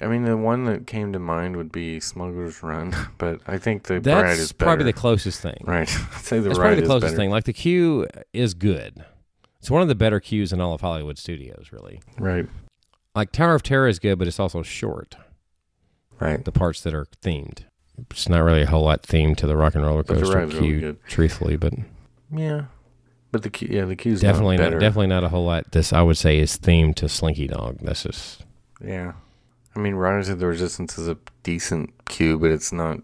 I mean, the one that came to mind would be Smuggler's Run, [LAUGHS] but I think the ride
that's
is
probably the
better.
closest thing.
[LAUGHS] right. I'd say the
That's
ride
probably the
is
closest
better.
thing. Like the queue is good. It's one of the better queues in all of Hollywood studios. Really,
Right.
like Tower of Terror is good, but it's also short.
Right.
the parts that are themed. It's not really a whole lot themed to the rock and roller
But the
coaster
ride's really
queue,
good.
truthfully, but
Yeah. But the queue, yeah, the queue's not
definitely not,
better.
definitely not a whole lot. This I would say is themed to Slinky Dog. That's just
Yeah. I mean, Riders of the Resistance is a decent queue, but it's not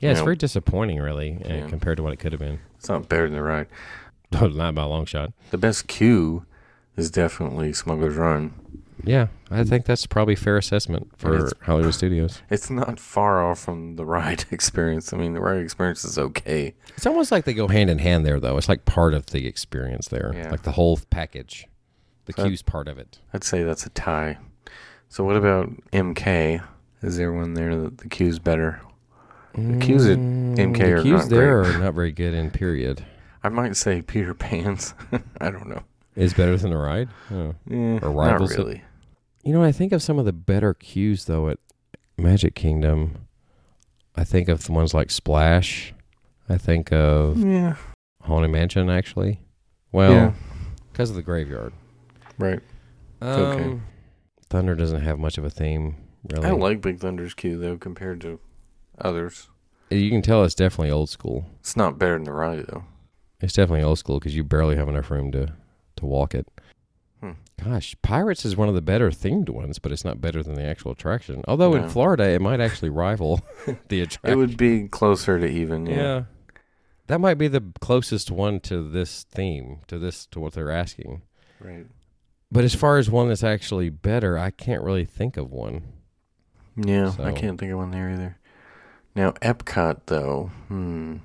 yeah, it's
Yeah.
very disappointing, really, uh,
Yeah.
compared to what it could have been. [LAUGHS]
it's not better than the ride.
not by a long shot.
The best queue is definitely Smuggler's Run.
Yeah, I think that's probably fair assessment for
Mm-hmm. it's-
Hollywood Studios.
It's not far off from the ride [LAUGHS] experience. I mean, the ride experience is okay.
It's almost like they go hand in hand there, though. It's like part of the experience there,
Yeah.
like the whole package. The
So-
queue's part of it.
I'd say that's a tie. So what about MK? Is there one there that the queue's better? The queues at MK
the
are
queues
not
there
great.
are not very good. In period,
I might say Peter Pan's. [LAUGHS] I don't know.
is better than the ride. Oh.
Eh,
Or
not
rivals it?
really.
You know, I think of some of the better cues though at Magic Kingdom. I think of the ones like Splash. I think of
Yeah.
Haunted Mansion actually.
yeah.
Well, because of the graveyard.
Right.
Um,
okay.
Thunder doesn't have much of a theme really.
I like Big Thunder's queue though compared to others.
you can tell it's definitely old school.
It's not better than the ride though. [LAUGHS]
It's definitely old school because you barely have enough room to to walk it.
Hmm.
Gosh, Pirates is one of the better themed ones, but it's not better than the actual attraction. Although
No.
in Florida, it might actually rival [LAUGHS] the attraction.
It would be closer to even. [LAUGHS] Yeah.
That might be the closest one to this theme, to this to what they're asking.
Right.
But as far as one that's actually better, I can't really think of one.
Yeah. I
So-
can't think of one there either. Now Epcot though. Hmm.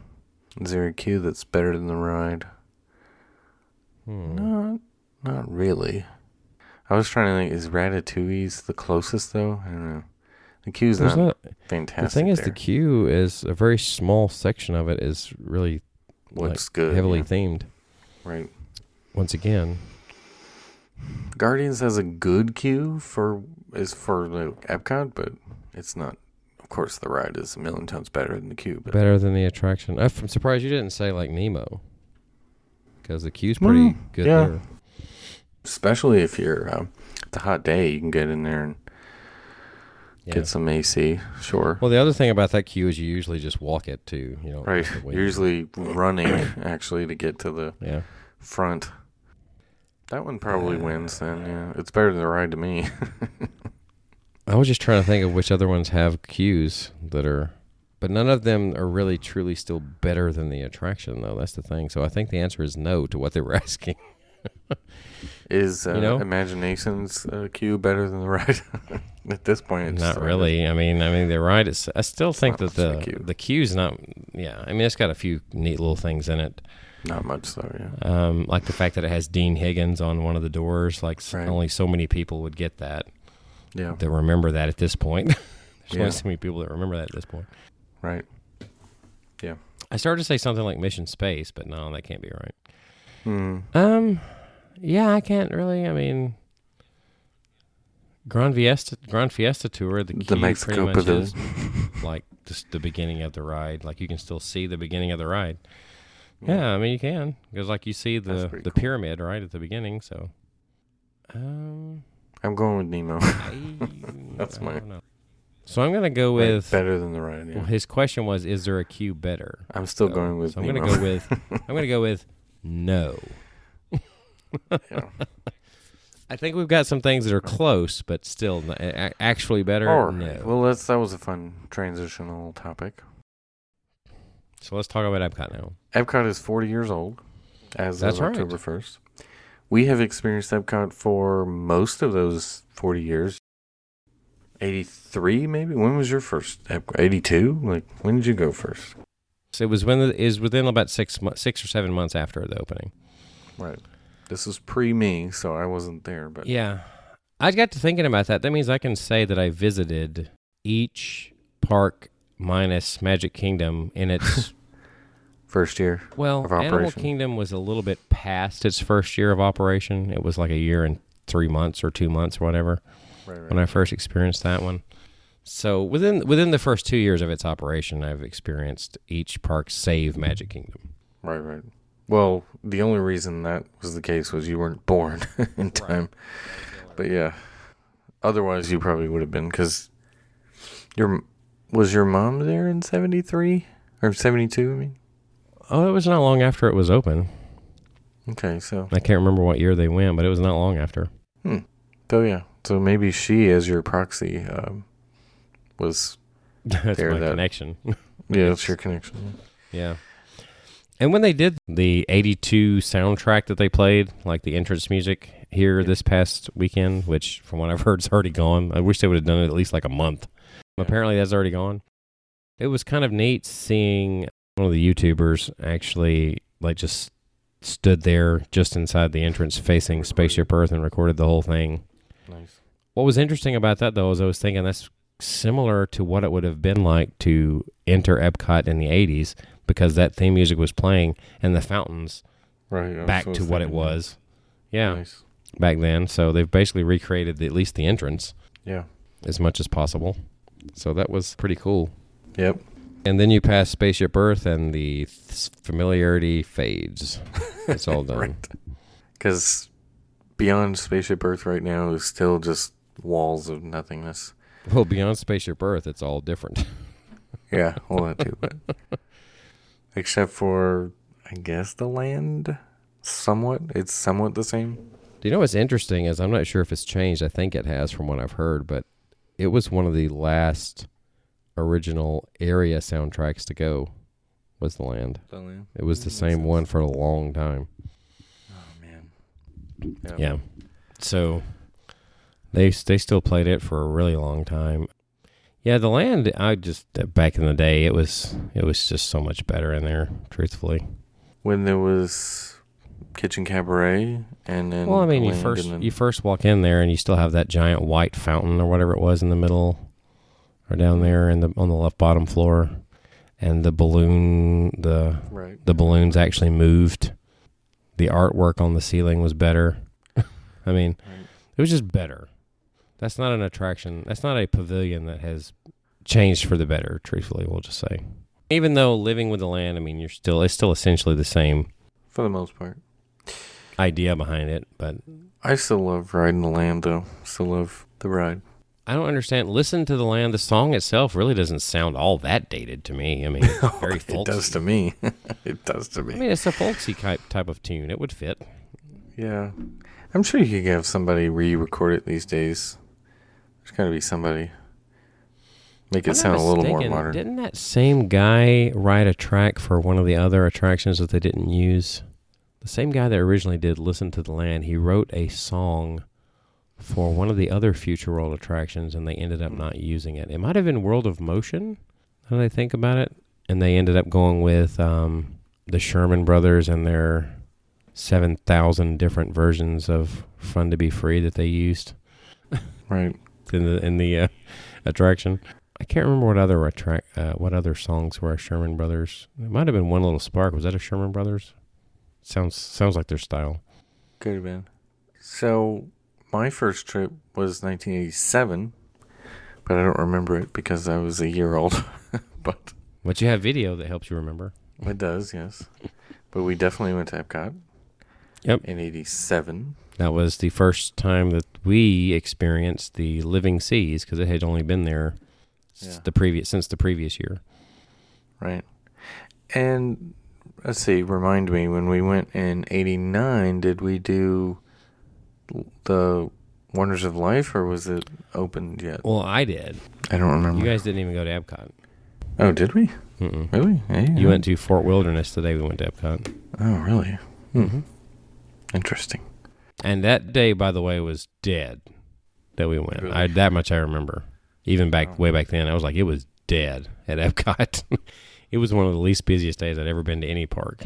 Is there a queue that's better than the ride?
Hmm.
Not, not really. I was trying to think. Is Ratatouille's the closest though? I don't know. The queue's
There's
not,
not,
fantastic.
the thing is,
there.
the queue is a very small section of it is really
what's good?
heavily
yeah,
themed.
right.
Once again,
Guardians has a good queue for is for like Epcot, but it's not. Of course, the ride is a million times better than the queue. But
better than the attraction. Uh, I'm surprised you didn't say like Nemo, because the queue's pretty
Well,
good
Mm, yeah.
there.
especially if you're um, it's a hot day, you can get in there and
Yeah.
get some AC. Sure.
well, the other thing about that queue is you usually just walk it too. You know,
Right.
wait.
You're usually running actually to get to the
yeah.
front. That one probably
Uh,
wins then, yeah. It's better than the ride to me. [LAUGHS]
I was just trying to think of which other ones have cues that are, but none of them are really truly still better than the attraction, though. That's the thing. So I think the answer is no to what they were [LAUGHS] asking.
Is uh,
You know?
Imagination's uh, queue better than the ride? [LAUGHS] At this point, it's
not
the ride.
really. I mean, I mean, they're right. It's, I still think
not much of
that
a
the
cue.
the cue's not. Yeah, I mean, it's got a few neat little things in it,
Not much, so yeah.
um, like the fact that it has Dean Higgins on one of the doors. Like s
Right.
only so many people would get that
Yeah,
that remember that at this point. [LAUGHS] There's
Yeah.
only so many people that remember that at this point.
right.
I started to say something like Mission Space, but no, that can't be right.
Hmm.
Um, yeah, I can't really. I mean, Grand Fiesta, Grand Fiesta Tour, the,
The
key
Mexico
pretty much is
Pavilion.
like just the beginning of the ride. Like you can still see the beginning of the ride.
Yeah.
[LAUGHS] Yeah, I mean you can because like you see
That's
the
pretty
the
cool.
pyramid right at the beginning. So, um,
I'm going with Nemo. [LAUGHS]
I,
That's
I
my-
don't know. So I'm gonna go
Right,
with.
better than the ride.
well,
Yeah.
his question was, "Is there a queue better?"
I'm still
So-
going with
So I'm
Nemo.
gonna
[LAUGHS]
go with. I'm gonna go with no.
Yeah.
[LAUGHS] I think we've got some things that are close, but still n- a- a- actually better.
All right.
no.
Well, that's that was a fun transitional topic.
so let's talk about Epcot now.
Epcot is 40 years old as
That's
of
right.
October 1st. We have experienced Epcot for most of those 40 years. 83 maybe. When was your first Epcot? 82? Like when did you go first?
So it was when the, is within about six mo- six or seven months after the opening.
Right. This was pre me, so I wasn't there, but
Yeah, I got to thinking about that. That means I can say that I visited each park minus Magic Kingdom
[LAUGHS]
in its
first year.
well.
Of
Animal
operation.
Kingdom was a little bit past its first year of operation. It was like a year and three months or two months or whatever.
Right,
when I first experienced that one. So within within the first two years of its operation, I've experienced each park save Magic Kingdom.
Right, right. Well, the only reason that was the case was you weren't born [LAUGHS] in time. But yeah, otherwise you probably would have been because your was your mom there in '73 or '72? I mean,
Oh, it was not long after it was open.
okay, so
I can't remember what year they went, but it was not long after. [LAUGHS]
so yeah, so maybe she as your proxy um, was
That's
Fair
my
that-
connection.
yeah, that's your connection.
yeah. And when they did the 82 soundtrack that they played, like the entrance music here this past weekend, which from what I've [LAUGHS] heard is already gone. I wish they would have done it at least like a month.
Yeah.
Apparently that's already gone. It was kind of neat seeing one of the YouTubers actually like just stood there just inside the entrance facing Spaceship Earth and recorded the whole thing.
Nice.
What was interesting about that though is I was thinking that's similar to what it would have been like to enter Epcot in the 80s because that theme music was playing and the fountains
Right. I
back
was
to what it
thinking-
was. Yeah,
Nice.
back then. So they've basically recreated the, at least the entrance
Yeah.
as much as possible. So that was pretty cool.
Yep.
And then you pass Spaceship Earth and the th- familiarity fades. It's all done.
[LAUGHS] Right. Because beyond Spaceship Earth right now is still just walls of nothingness.
Well, beyond Spaceship Earth, it's all different.
[LAUGHS] Yeah, well that too, but except for I guess the land, somewhat. It's somewhat the same.
Do you know what's interesting is I'm not sure if it's changed. I think it has from what I've heard, but it was one of the last original area soundtracks to go was The Land.
The land.
It was the same one for a long time.
Oh man.
Yeah. So they they still played it for a really long time. Yeah, the land I just back in the day it was it was just so much better in there, truthfully.
When there was Kitchen Cabaret, and then
Well, I mean,
the
you
land,
first
and then-
you first walk in there and you still have that giant white fountain or whatever it was in the middle or
Mm-hmm.
down there in the on the left bottom floor and the balloon the
right.
the balloons actually moved. The artwork on the ceiling was better. [LAUGHS] I mean,
Right.
it was just better. That's not an attraction. That's not a pavilion that has changed for the better, truthfully, we'll just say. Even though living with the land, I mean, you're still it's still essentially the same
For the most part,
idea behind it, but
I still love riding the land though. Still love the ride.
I don't understand. Listen to the land. The song itself really doesn't sound all that dated to me. I mean, it's
[LAUGHS]
very
It
folksy.
does to me. [LAUGHS] it does to
I
me.
mean, it's a folksy type type of tune. It would fit.
Yeah, I'm sure you could have somebody re-record it these days. There's got to be somebody make it
If I'm
sound
not
a little more
mistaken,
modern.
Didn't that same guy write a track for one of the other attractions that they didn't use? The same guy that originally did Listen to the Land, he wrote a song for one of the other Future World attractions and they ended
Hmm.
up not using it. It might have been World of Motion, now that I think about it. And they ended up going with um, the Sherman Brothers and their 7,000 different versions of Fun to Be Free that they used
Right.
in the in the uh, attraction. I can't remember what other attract, uh, what other songs were Sherman Brothers. It might have been One Little Spark. Was that a Sherman Brothers? Sounds sounds like their style.
Could have been. So my first trip was 1987, but I don't remember it because I was a year old. [LAUGHS] but
But you have video that helps you remember.
it does, yes. But we definitely went to Epcot.
Yep.
In 87.
That was the first time that we experienced the Living Seas because it had only been there since
Yeah.
the previous since the previous year.
Right. And let's see, remind me, when we went in 89, did we do the Wonders of Life or was it opened yet?
Well, I did.
I don't
You
remember.
guys didn't even go to Epcot.
oh, did we?
Mm-mm.
Really? Yeah,
You went to Fort Wilderness the day we went to Epcot.
Oh, really? Mm-hmm. Interesting.
And that day, by the way, was dead that we went.
Really? Oh.
I, that much I remember. Even back
Wow.
way back then, I was like, it was dead at Epcot. [LAUGHS] it was one of the least busiest days I'd ever been to any park.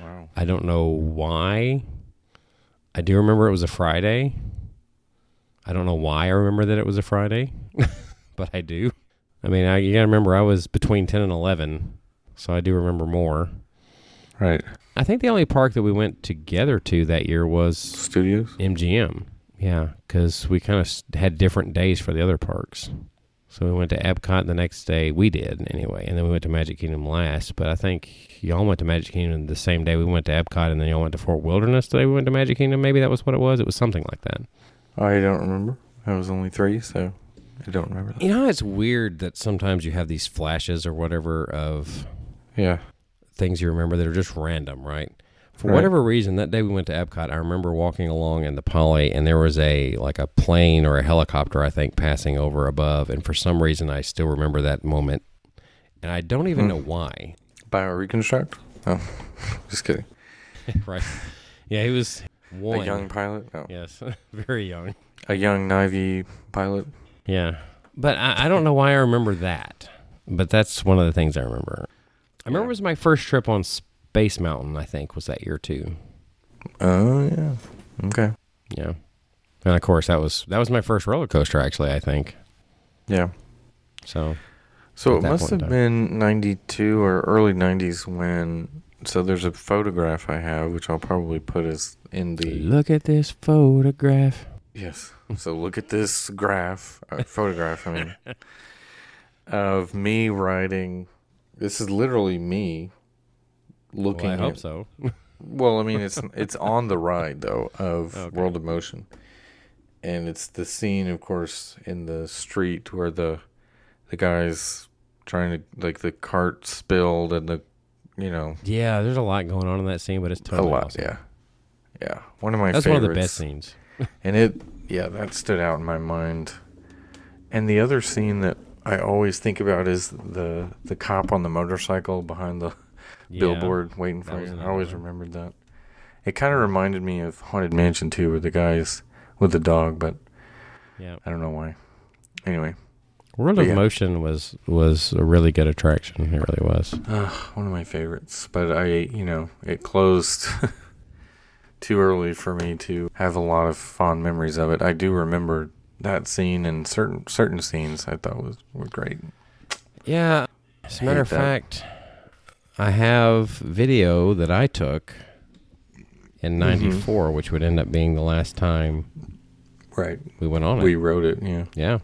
Wow.
I don't know why. I do remember it was a Friday. I don't know why I remember that it was a Friday, [LAUGHS] but I do. I mean, I, you got to remember I was between 10 and 11, so I do remember more.
Right.
I think the only park that we went together to that year was
Studios?
MGM. Yeah, because we kind of had different days for the other parks. So we went to Epcot the next day. We did anyway, and then we went to Magic Kingdom last. But I think y'all went to Magic Kingdom the same day we went to Epcot, and then y'all went to Fort Wilderness. Today we went to Magic Kingdom. Maybe that was what it was. It was something like that.
I don't remember. I was only three, so I don't remember that.
You know, it's weird that sometimes you have these flashes or whatever of
Yeah.
things you remember that are just random, right? For
Right.
whatever reason, that day we went to Epcot, I remember walking along in the poly and there was a like a plane or a helicopter, I think, passing over above. And for some reason, I still remember that moment. And I don't even
Hmm.
know why.
Bio reconstruct? Oh, [LAUGHS] just kidding.
right. Yeah, he was one.
A young pilot? No.
Yes, [LAUGHS] very young.
A young Navy pilot?
Yeah. But I, I don't know why I remember that. But that's one of the things I remember. I remember
Yeah.
it was my first trip on Space Mountain, I think, was that year too.
Oh, yeah. Okay.
Yeah. And of course that was that was my first roller coaster actually, I think.
Yeah.
So
So
At
it
that
must
point
have
in
been 92 or early 90s when. So there's a photograph I have, which I'll probably put as in the.
look at this photograph.
Yes. So look at this graph, uh, photograph, I mean, of me riding. This is literally me looking.
Well, I hope
at-
so.
Well, I mean, it's it's on the ride though of
[LAUGHS] Okay.
World of Motion, and it's the scene, of course, in the street where the the guys trying to like the cart spilled and the you know
Yeah, there's a lot going on in Oh, that scene, but it's
a
totally
lot,
awesome.
yeah, yeah. One of my
That's
favorites.
one of the best scenes.
And it, yeah, that stood out in my mind. And the other scene that I always think about is the the cop on the motorcycle behind the
Yeah.
billboard waiting
that
for
was
you. I
another
always
one.
remembered that. It kind of reminded me of Haunted Mansion too, where the guys with the dog, but
Yeah.
I don't know why. Anyway,
World
But
of
yeah.
Motion was was a really good attraction. It really was.
uh, one of my favorites, but I, you know, it closed [LAUGHS] too early for me to have a lot of fond memories of it. I do remember that scene and certain certain scenes I thought was were great.
Yeah. As a
Hate
matter of
that.
fact, I have video that I took
Mm-hmm.
in '94, which would end up being the last time
Right.
we went on it.
We wrote it, yeah,
yeah,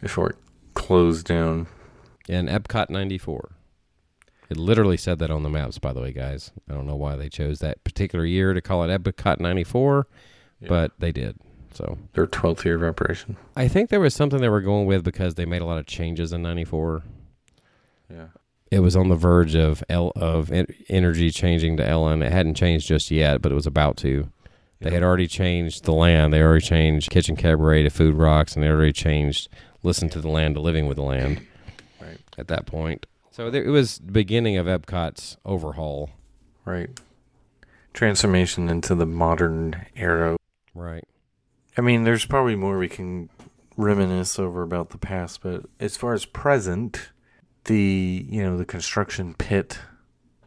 before it closed down.
in Epcot 94. It literally said that on the maps, by the way, guys. I don't know why they chose that particular year to call it Epcot 94,
Yeah.
but they did. So
Their 12th year of operation.
I think there was something they were going with because they made a lot of changes in 94.
Yeah.
It was on the verge of L of en- energy changing to Ellen. It hadn't changed just yet, but it was about to. They had already changed the land. They already changed Kitchen Cabaret to Food Rocks, and they already changed Listen to the Land to Living with the Land.
[COUGHS] Right.
At that point, so there, it was beginning of Epcot's overhaul.
Right. Transformation into the modern era.
Right.
I mean, there's probably more we can reminisce over about the past, but as far as present, the, you know, the construction
Mm-hmm.
pit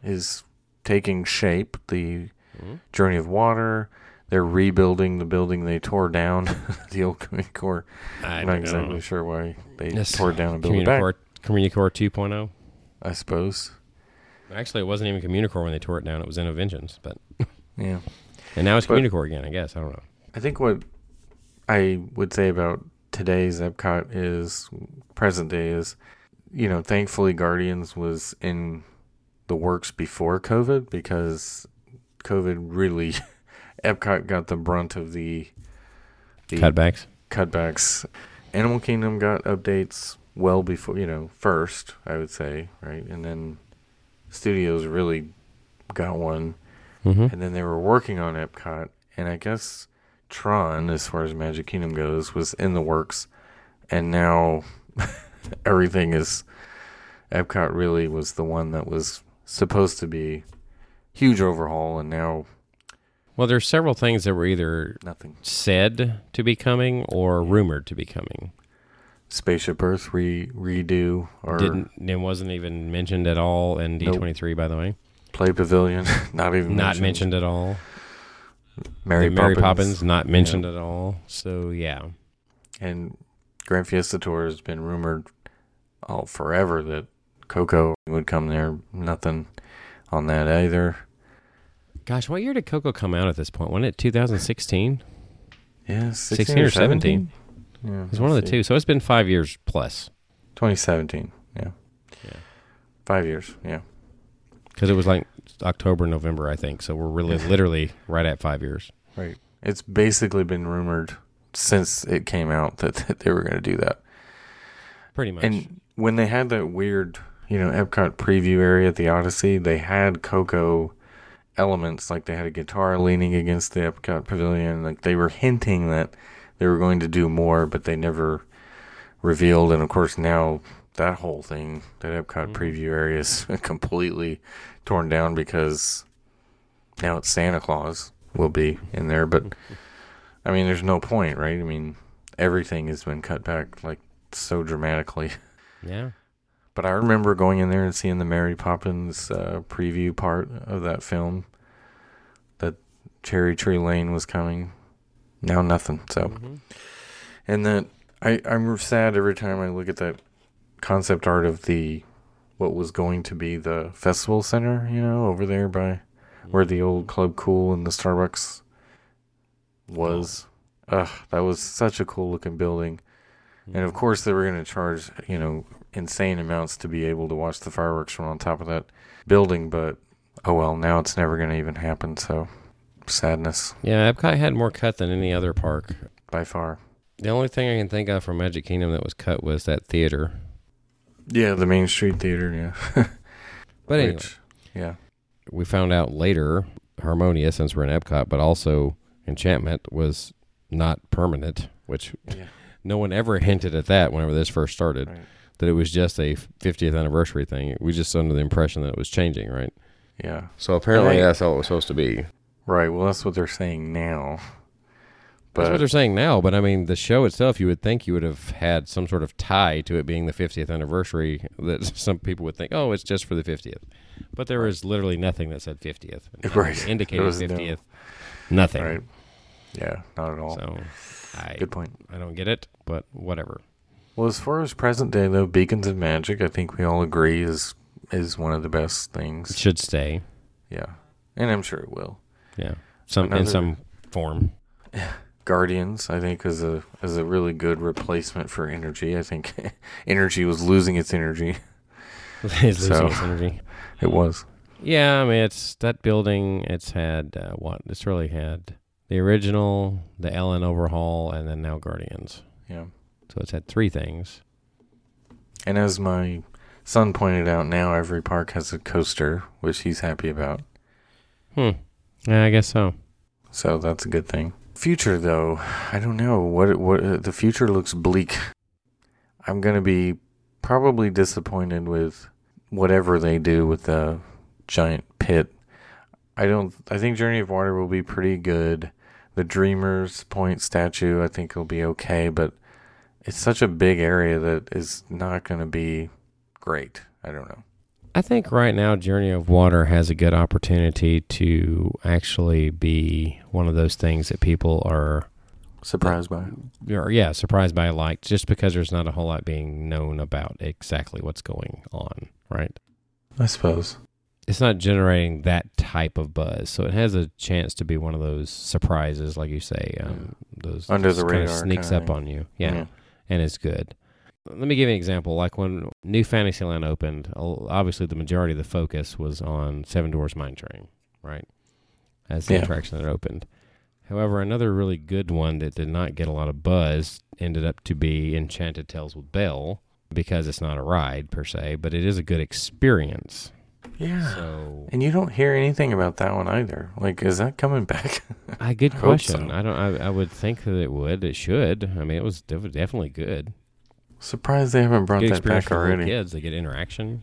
is taking shape, the Journey of Water, they're rebuilding the building they tore down, [LAUGHS] the old Community Core.
I
I'm
don't
not
know.
exactly sure why they
Yes.
tore it down and built it back.
Communicore, Communicore 2.0.
I suppose.
Actually, it wasn't even Communicore when they tore it down. It was Innoventions, but
Yeah.
and now it's
But-
Communicore again. I guess I don't know.
I think what I would say about today's Epcot is present day is, you know, thankfully Guardians was in the works before COVID because COVID really [LAUGHS] Epcot got the brunt of the the
Cutbacks.
cutbacks. Animal Kingdom got updates well before, you know, first, I would say, right? And then Studios really got one
Mm-hmm.
and then they were working on Epcot, and I guess Tron, as far as Magic Kingdom goes, was in the works, and now [LAUGHS] everything is. Epcot really was the one that was supposed to be huge overhaul, and now
Well, there's several things that were either
nothing.
said to be coming or rumored to be coming.
Spaceship Earth re redo or
Didn't it wasn't even mentioned at all in
Nope.
D23 by the way.
Play Pavilion, [LAUGHS] not even
Not mentioned at all.
Mary,
the Mary Poppins.
Poppins
not mentioned at all. So yeah,
and Grand Fiesta Tour has been rumored all forever that Coco would come there. Nothing on that either.
gosh, what year did Coco come out at this point? Wasn't it 2016?
Yeah, 16,
16 or
or 17. Yeah,
It's one of the two. So it's been five years plus
2017. Yeah.
Yeah.
Five years. Yeah.
because it was like October, November, I think. So
[LAUGHS]
we're really literally right at five years.
Right. It's basically been rumored since it came out that, [LAUGHS] that they were going to do that.
Pretty much.
And when they had that weird, you know, Epcot preview area at the Odyssey, they had Coco elements like they had a guitar leaning against the Epcot pavilion. Like they were hinting that they were going to do more, but they never revealed. And of course, now that whole thing, that Epcot
Mm-hmm.
preview area is [LAUGHS] completely torn down because now it's Santa Claus will be in there.
[LAUGHS]
But I mean, there's no point, right? I mean, everything has been cut back like so dramatically.
yeah.
But I remember going in there and seeing the Mary Poppins uh, preview part of that film that Cherry Tree Lane was coming. Now nothing. So,
Mm-hmm.
and that I I'm sad every time I look at that concept art of the what was going to be the festival center, you know, over there by where the old Club Cool and the Starbucks was. Ugh, that was such a cool looking building. And of course, they were going to charge, you know, insane amounts to be able to watch the fireworks from on top of that building. But oh well, now it's never going to even happen. So sadness
Yeah, Epcot had more cut than any other park.
by far.
The only thing I can think of from Magic Kingdom that was cut was that theater.
Yeah, the Main Street Theater. Yeah.
But anyway,
Which- yeah.
we found out later Harmonia, since we're in Epcot, but also Enchantment was not permanent, which
Yeah.
no one ever hinted at that whenever this first started,
Right.
that it was just a 50th anniversary thing. We just under the impression that it was changing, right?
Yeah.
So apparently
Right.
that's all it was supposed to be.
Right. Well, that's what they're saying now.
that's what
But
they're saying now, but I mean, the show itself, you would think you would have had some sort of tie to it being the 50th anniversary that [LAUGHS] some people would think, oh, it's just for the 50th. But there was literally nothing that said [LAUGHS] 50th. Nothing
Right.
Indicated
There was no-
50th. Nothing.
right. Yeah. Not at all.
So I,
Good point.
I don't get it, but whatever.
Well, as far as present day though, Beacons of Magic, I think we all agree is is one of the best
It
things.
should stay.
Yeah. And I'm sure it will.
Yeah. Some in
Another-
some form.
Guardians, I think, is a is a really good replacement for energy. I think [LAUGHS] energy was losing its energy. [LAUGHS]
it's losing
So-
its energy.
It was.
Yeah, I mean, it's that building. It's had uh, what? It's really had the original, the Ellen overhaul, and then now Guardians.
Yeah.
So it's had three things.
And as my son pointed out, now every park has a coaster, which he's happy about.
Hmm. Yeah, I guess so.
So that's a good thing. Future though, I don't know what it, what uh, the future looks bleak. I'm going to be probably disappointed with whatever they do with the giant pit. I don't I think Journey of Water will be pretty good. The Dreamers Point statue I think will be okay, but it's such a big area that is not going to be great. I don't know.
I think right now Journey of Water has a good opportunity to actually be one of those things that people are
Surprised by it.
or yeah, surprised by like just because there's not a whole lot being known about exactly what's going on, right?
I suppose.
It's not generating that type of buzz, so it has a chance to be one of those surprises, like you say, um, those
Under the
just kinda
radar
sneaks
kinda
up
thing.
on you, yeah, and it's good. Let me give you an example. Like when New Fantasyland opened, o- obviously the majority of the focus was on Seven Doors Mine Train, right? That's the
Yeah.
attraction that opened. However, another really good one that did not get a lot of buzz ended up to be Enchanted Tales with Belle because it's not a ride per se, but it is a good experience.
Yeah.
So
And you don't hear anything about that one either. Like, is that coming back? [LAUGHS]
a good
I hope
question.
so.
I don't. I, I would think that it would. It should. I mean, it was def- definitely good.
Surprised they haven't brought
Good
that
experience
back
for little
already.
kids. They get interaction.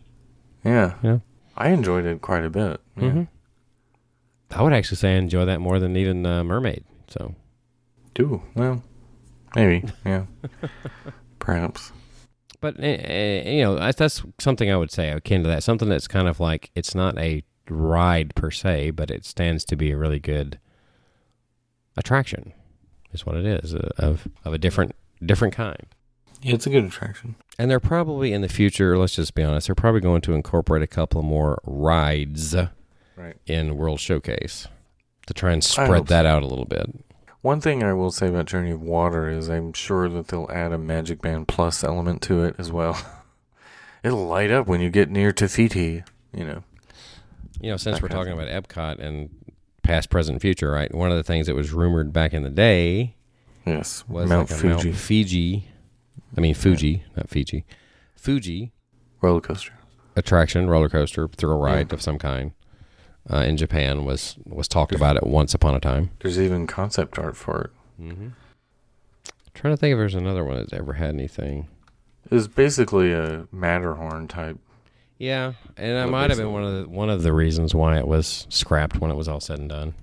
Yeah.
Yeah.
I enjoyed it quite a bit. Yeah.
hmm I would actually say I enjoy that more than even uh, Mermaid. So
Do well, maybe.
[LAUGHS]
Yeah. Perhaps.
But uh, uh, you know, that's, that's something I would say akin to that. Something that's kind of like it's not a ride per se, but it stands to be a really good attraction. Is what it is uh, of of a different different kind.
Yeah, it's a good attraction.
And they're probably in the future. Let's just be honest. They're probably going to incorporate a couple of more rides
Right.
in World Showcase to try and
hope
spread
so.
that out a little bit.
One thing I will say about Journey of Water is I'm sure that they'll add a Magic Band Plus element to it as well. [LAUGHS] It'll light up when you get near Tafiti, you know.
You know, since
That
we're
kind
talking
of
about Epcot and past, present, and future, right? One of the things that was rumored back in the day
Yes.
was
Mount
like a
Fuji
Mount Fiji. I mean Fuji, not Fiji. Fuji
roller coaster.
attraction, roller coaster, through a ride of some kind uh, in Japan was was talked about at once upon a time.
There's even concept art for it.
trying to think if there's another one that's ever had anything.
It was basically a Matterhorn type.
Yeah, and
Well,
that might have
there's
been
a-
one of the, one of the reasons why it was scrapped when it was all said and done.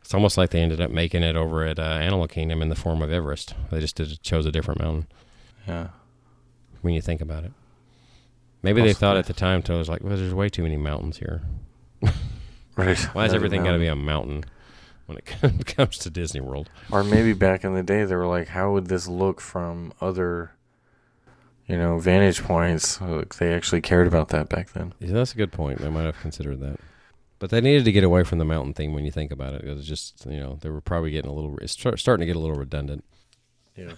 It's almost like they ended up making it over at uh, Animal Kingdom in the form of Everest. They just did, chose a different mountain.
Yeah.
when you think about it. Maybe they thought at the time, too, it was like, well, there's way too many mountains here.
Right.
Why is everything got to be a mountain when it [LAUGHS] comes to Disney World?
[LAUGHS] Or maybe back in the day they were like, how would this look from other, you know, vantage points? Like, they actually cared about that back then.
Yeah, that's a good point. They might have considered that. But they needed to get away from the mountain thing when you think about it. It was just, you know, they were probably getting a little, it's tr- starting to get a little redundant.
Yeah.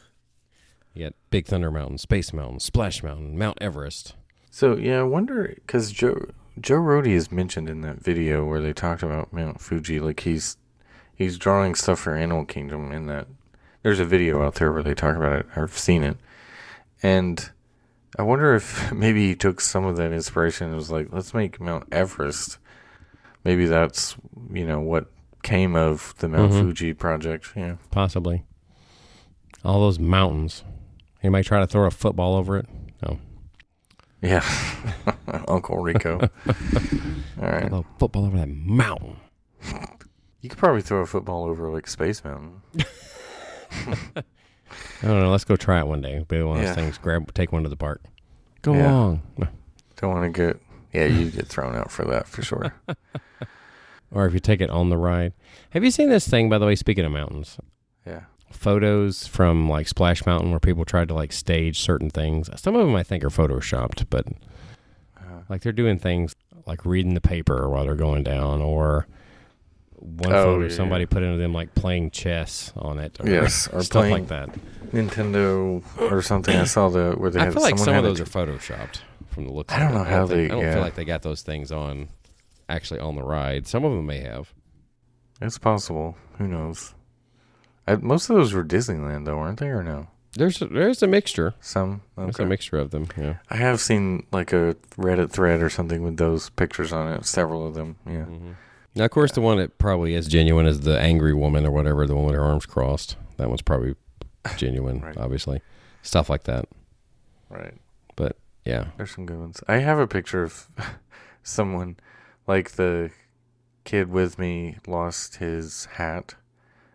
You got Big Thunder Mountain, Space Mountain, Splash Mountain, Mount Everest.
So yeah, I wonder because Joe Joe Rody is mentioned in that video where they talked about Mount Fuji. Like he's he's drawing stuff for Animal Kingdom in that. There's a video out there where they talk about it. I've seen it, and I wonder if [LAUGHS] maybe he took some of that inspiration and was like, let's make Mount Everest. Maybe that's you know what came of the Mount
Mhm.
Fuji project. Yeah,
Possibly. All those mountains. Anybody try to throw a football over it? No.
yeah, [LAUGHS] Uncle Rico. All right.
Throw a football over that mountain.
You could probably throw a football over like Space Mountain.
I don't know. Let's go try it one day. Be one of
Yeah.
those things. Grab, take one to the park. Go
Yeah.
along,
Don't want to get. Yeah, you get thrown out for that for
[LAUGHS]
sure.
or if you take it on the ride. Have you seen this thing? By the way, speaking of mountains,
Yeah.
photos from like Splash Mountain where people tried to like stage certain things. Some of them I think are photoshopped, but
Uh,
like they're doing things like reading the paper while they're going down, or one
Oh,
photo
yeah,
somebody
yeah.
put into them like playing chess on it. Or
Yes, or
[LAUGHS] stuff
playing-
like that.
Nintendo or something. I saw the where they.
I
had,
feel like
someone
some
had
of
a-
those are photoshopped from the looks.
I
of
don't
it.
know how
think-
they-
I don't
yeah.
feel like they got those things on, actually on the ride. Some of them may have.
It's possible. Who knows? I, most of those were Disneyland though, weren't they? Or no?
There's a, there's a mixture.
Some.
There's
Okay.
a mixture of them. Yeah.
I have seen like a Reddit thread or something with those pictures on it. Several of them. Yeah.
Mm. Mm-hmm. Now, of course, the one that probably is genuine is the angry woman or whatever, the one with her arms crossed. That one's probably genuine,
[LAUGHS] Right.
obviously. Stuff like that.
Right.
But yeah,
There's some good ones. I have a picture of [LAUGHS] someone like the kid with me lost his hat.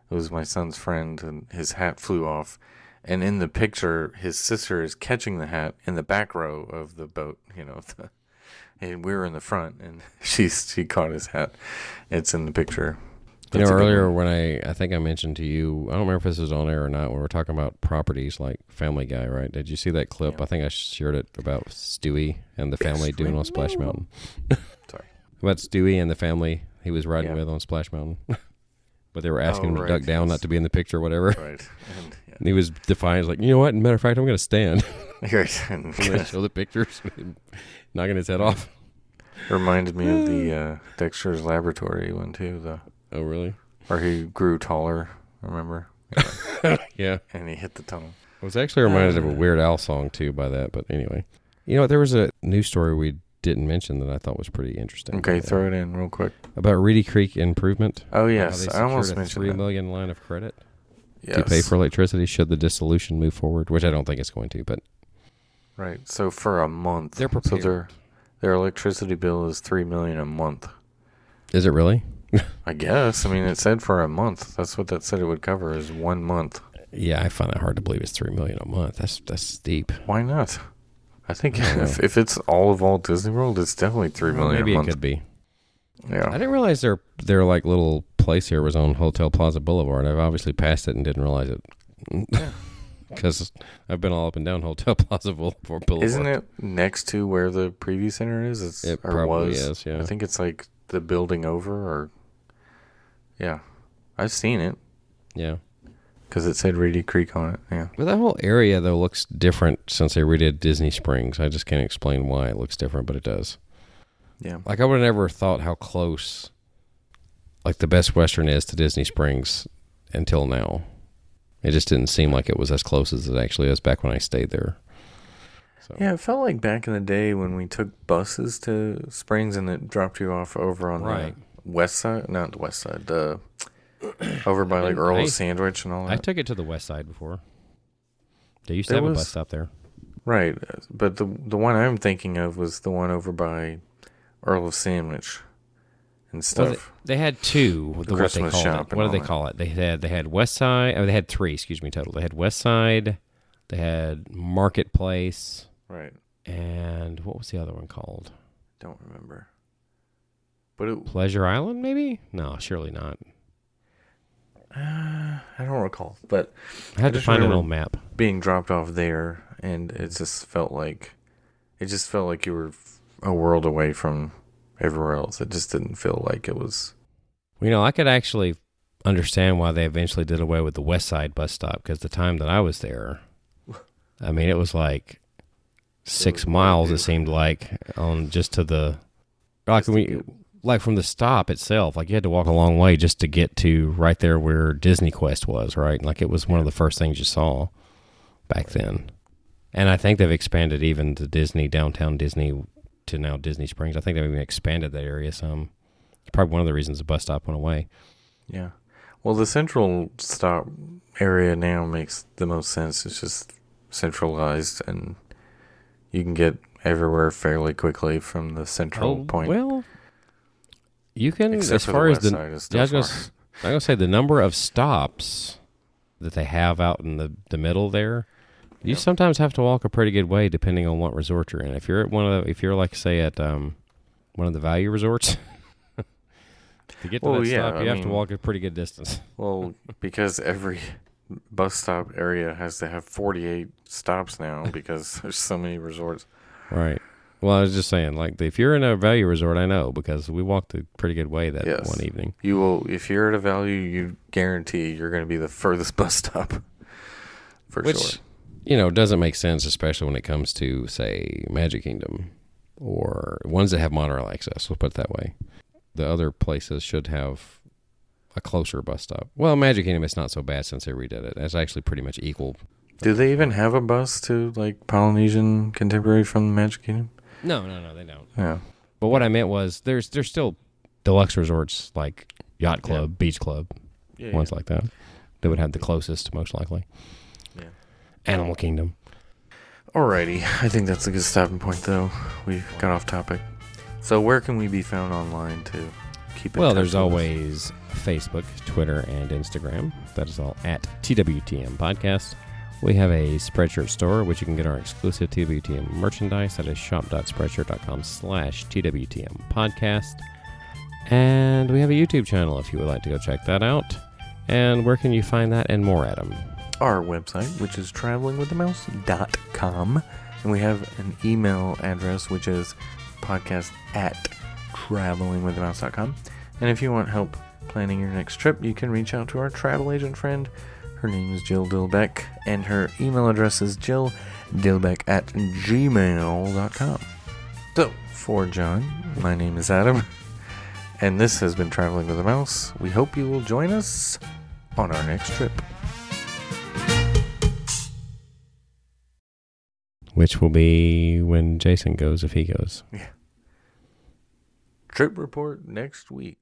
It was my son's friend and his hat flew off. And in the picture his sister is catching the hat in the back row of the boat, you know, [LAUGHS] the and we were in the front, and [LAUGHS] she she caught his hat. It's in the picture.
You
That's
know,
a good
earlier
one.
when I, I think I mentioned to you, I don't remember if this was on air or not, when we were talking about properties like Family Guy, right? Did you see that clip?
Yeah.
I think I shared it about Stewie and the family doing on Splash Mountain.
Sorry.
About Stewie and the family he was riding
Yeah. Oh,
with on Splash Mountain. [LAUGHS] but they were asking him to
right,
duck down, not
yes.
to be in the picture or whatever. [LAUGHS]
Right. And,
And he was defiant, like, you know what? matter of fact, I'm going to stand. [LAUGHS]
yeah. [LAUGHS] Right. And
I'm going to show the pictures, [LAUGHS] knocking his
[LAUGHS]
head off.
reminded me of
[LAUGHS]
the uh, Dexter's Laboratory one too, the
Oh, really?
where he grew taller. Remember?
Yeah.
And he hit the tunnel.
I was actually reminded
Uh.
of a Weird Al song too by that, but anyway, you know what? There was a news story we didn't mention that I thought was pretty interesting.
Okay,
Yeah.
throw it in real quick.
about Reedy Creek improvement.
Oh
How
yes,
they
I almost
secured a
mentioned
three
that.
million line of credit
Yes.
to pay for electricity should the dissolution move forward, which I don't think it's going to, but
Right. So for a month,
They're
So their their electricity bill is three million a month.
is it really?
I guess. I mean, it said for a month. That's what that said it would cover is one month.
Yeah, I find that hard to believe. It's three million a month. That's that's steep.
Why not? I think [LAUGHS] if, if it's all of Walt Disney World, it's definitely three million
Maybe
a
it
month.
could be. I
Yeah.
didn't realize their their like little place here was on Hotel Plaza Boulevard. I've obviously passed it and didn't realize it. [LAUGHS] Because I've been all up and down Hotel [LAUGHS] Plaza Boulevard.
Isn't it next to where the preview center is? It's,
It
or
probably
was.
is, yeah.
I think it's like the building over, or yeah, I've seen it
Yeah.
because it said Reedy Creek on it. Yeah.
But that whole area though looks different since they redid Disney Springs. I just can't explain why it looks different, but it does.
Yeah.
Like I would have never thought how close like the Best Western is to Disney Springs until now. It just didn't seem like it was as close as it actually is back when I stayed there. So
Yeah, it felt like back in the day when we took buses to Springs and it dropped you off over on
Right.
the west side, not the west side,
[CLEARS THROAT]
the over by like
I-
Earl's Sandwich and all
I
that.
took it to the west side before. They used to
There
have a
was-
bus stop there.
right, but the the one I'm thinking of was the one over by Earl of Sandwich and
Well,
stuff.
they, they had two. The, what they
Christmas
called
shop
it.
and
What do
all
they
that.
call it? They had they had West Side. Oh, they had three. Excuse me, total. They had West Side. They had Marketplace,
right,
and what was the other one called?
don't remember. But it,
Pleasure Island, maybe? No, surely not.
uh, I don't recall. But
I had to
just
find an
remember-
old map.
being dropped off there, and it just felt like it just felt like you were f- a world away from everywhere else. It just didn't feel like it was.
You know, I could actually understand why they eventually did away with the West Side bus stop because the time that I was there, I mean, it was like six
was
miles. It
crazy.
seemed like on just to the like
Just to
we
get-
like from the stop itself. Like you had to walk a long way just to get to right there where Disney Quest was. Right, like it was one of the first things you saw back then. And I think they've expanded even to Disney downtown Disney to now Disney Springs. I think they've even expanded that area some. It's probably one of the reasons the bus stop went away.
Yeah. Well, the central stop area now makes the most sense. It's just centralized, and you can get everywhere fairly quickly from the central point.
Oh, Well, you can
Except
as
for the
far as
west
the
side is still
yeah, I was gonna,
far.
s- I was gonna say the number of stops that they have out in the the middle there. You sometimes have to walk a pretty good way depending on what resort you're in. If you're at one of the, if you're like say at um one of the value resorts. [LAUGHS] To get to
Well,
that
yeah,
stop, you
I
have to
mean-
walk a pretty good distance.
Well, because every bus stop area has to have 48 stops [LAUGHS] now because there's so many resorts.
Right. Well, I was just saying, like, if you're in a value resort, I know because we walked a pretty good way that
Yes.
one evening.
You will, if you're at a value, you guarantee you're going to be the furthest [LAUGHS] bus stop. For
which
sure.
you know doesn't make sense especially when it comes to say magic kingdom or ones that have monorail access we'll put it that way the other places should have a closer bus stop well magic kingdom it's not so bad since they redid it it's actually pretty much equal
Do they even have a bus to like Polynesian Contemporary from the Magic Kingdom?
no no no they don't
Yeah.
but what i meant was there's there's still deluxe resorts like yacht club beach club
Yeah.
ones like that that would have the closest most likely
Yeah.
animal kingdom
Alrighty, I think that's a good stopping point though. We got off topic. So where can we be found online to keep? in
Well,
touch with
there's
us?
always Facebook, Twitter, and Instagram. That is all at TWTM Podcast. We have a Spreadshirt store, which you can get our exclusive TWTM merchandise at shop.spreadshirt.com slash TWTM podcast. And we have a YouTube channel if you would like to go check that out. And where can you find that and more, Adam?
Our website, which is travelingwiththemouse.com, and we have an email address, which is podcast at travelingwiththemouse.com. And if you want help planning your next trip, you can reach out to our travel agent friend. Her name is Jill Dilbeck, and her email address is jilldilbeck at gmail.com. So, for John, my name is Adam, and this has been Traveling with a Mouse. We hope you will join us on our next trip.
Which will be when Jason goes if he goes.
Trip report next week.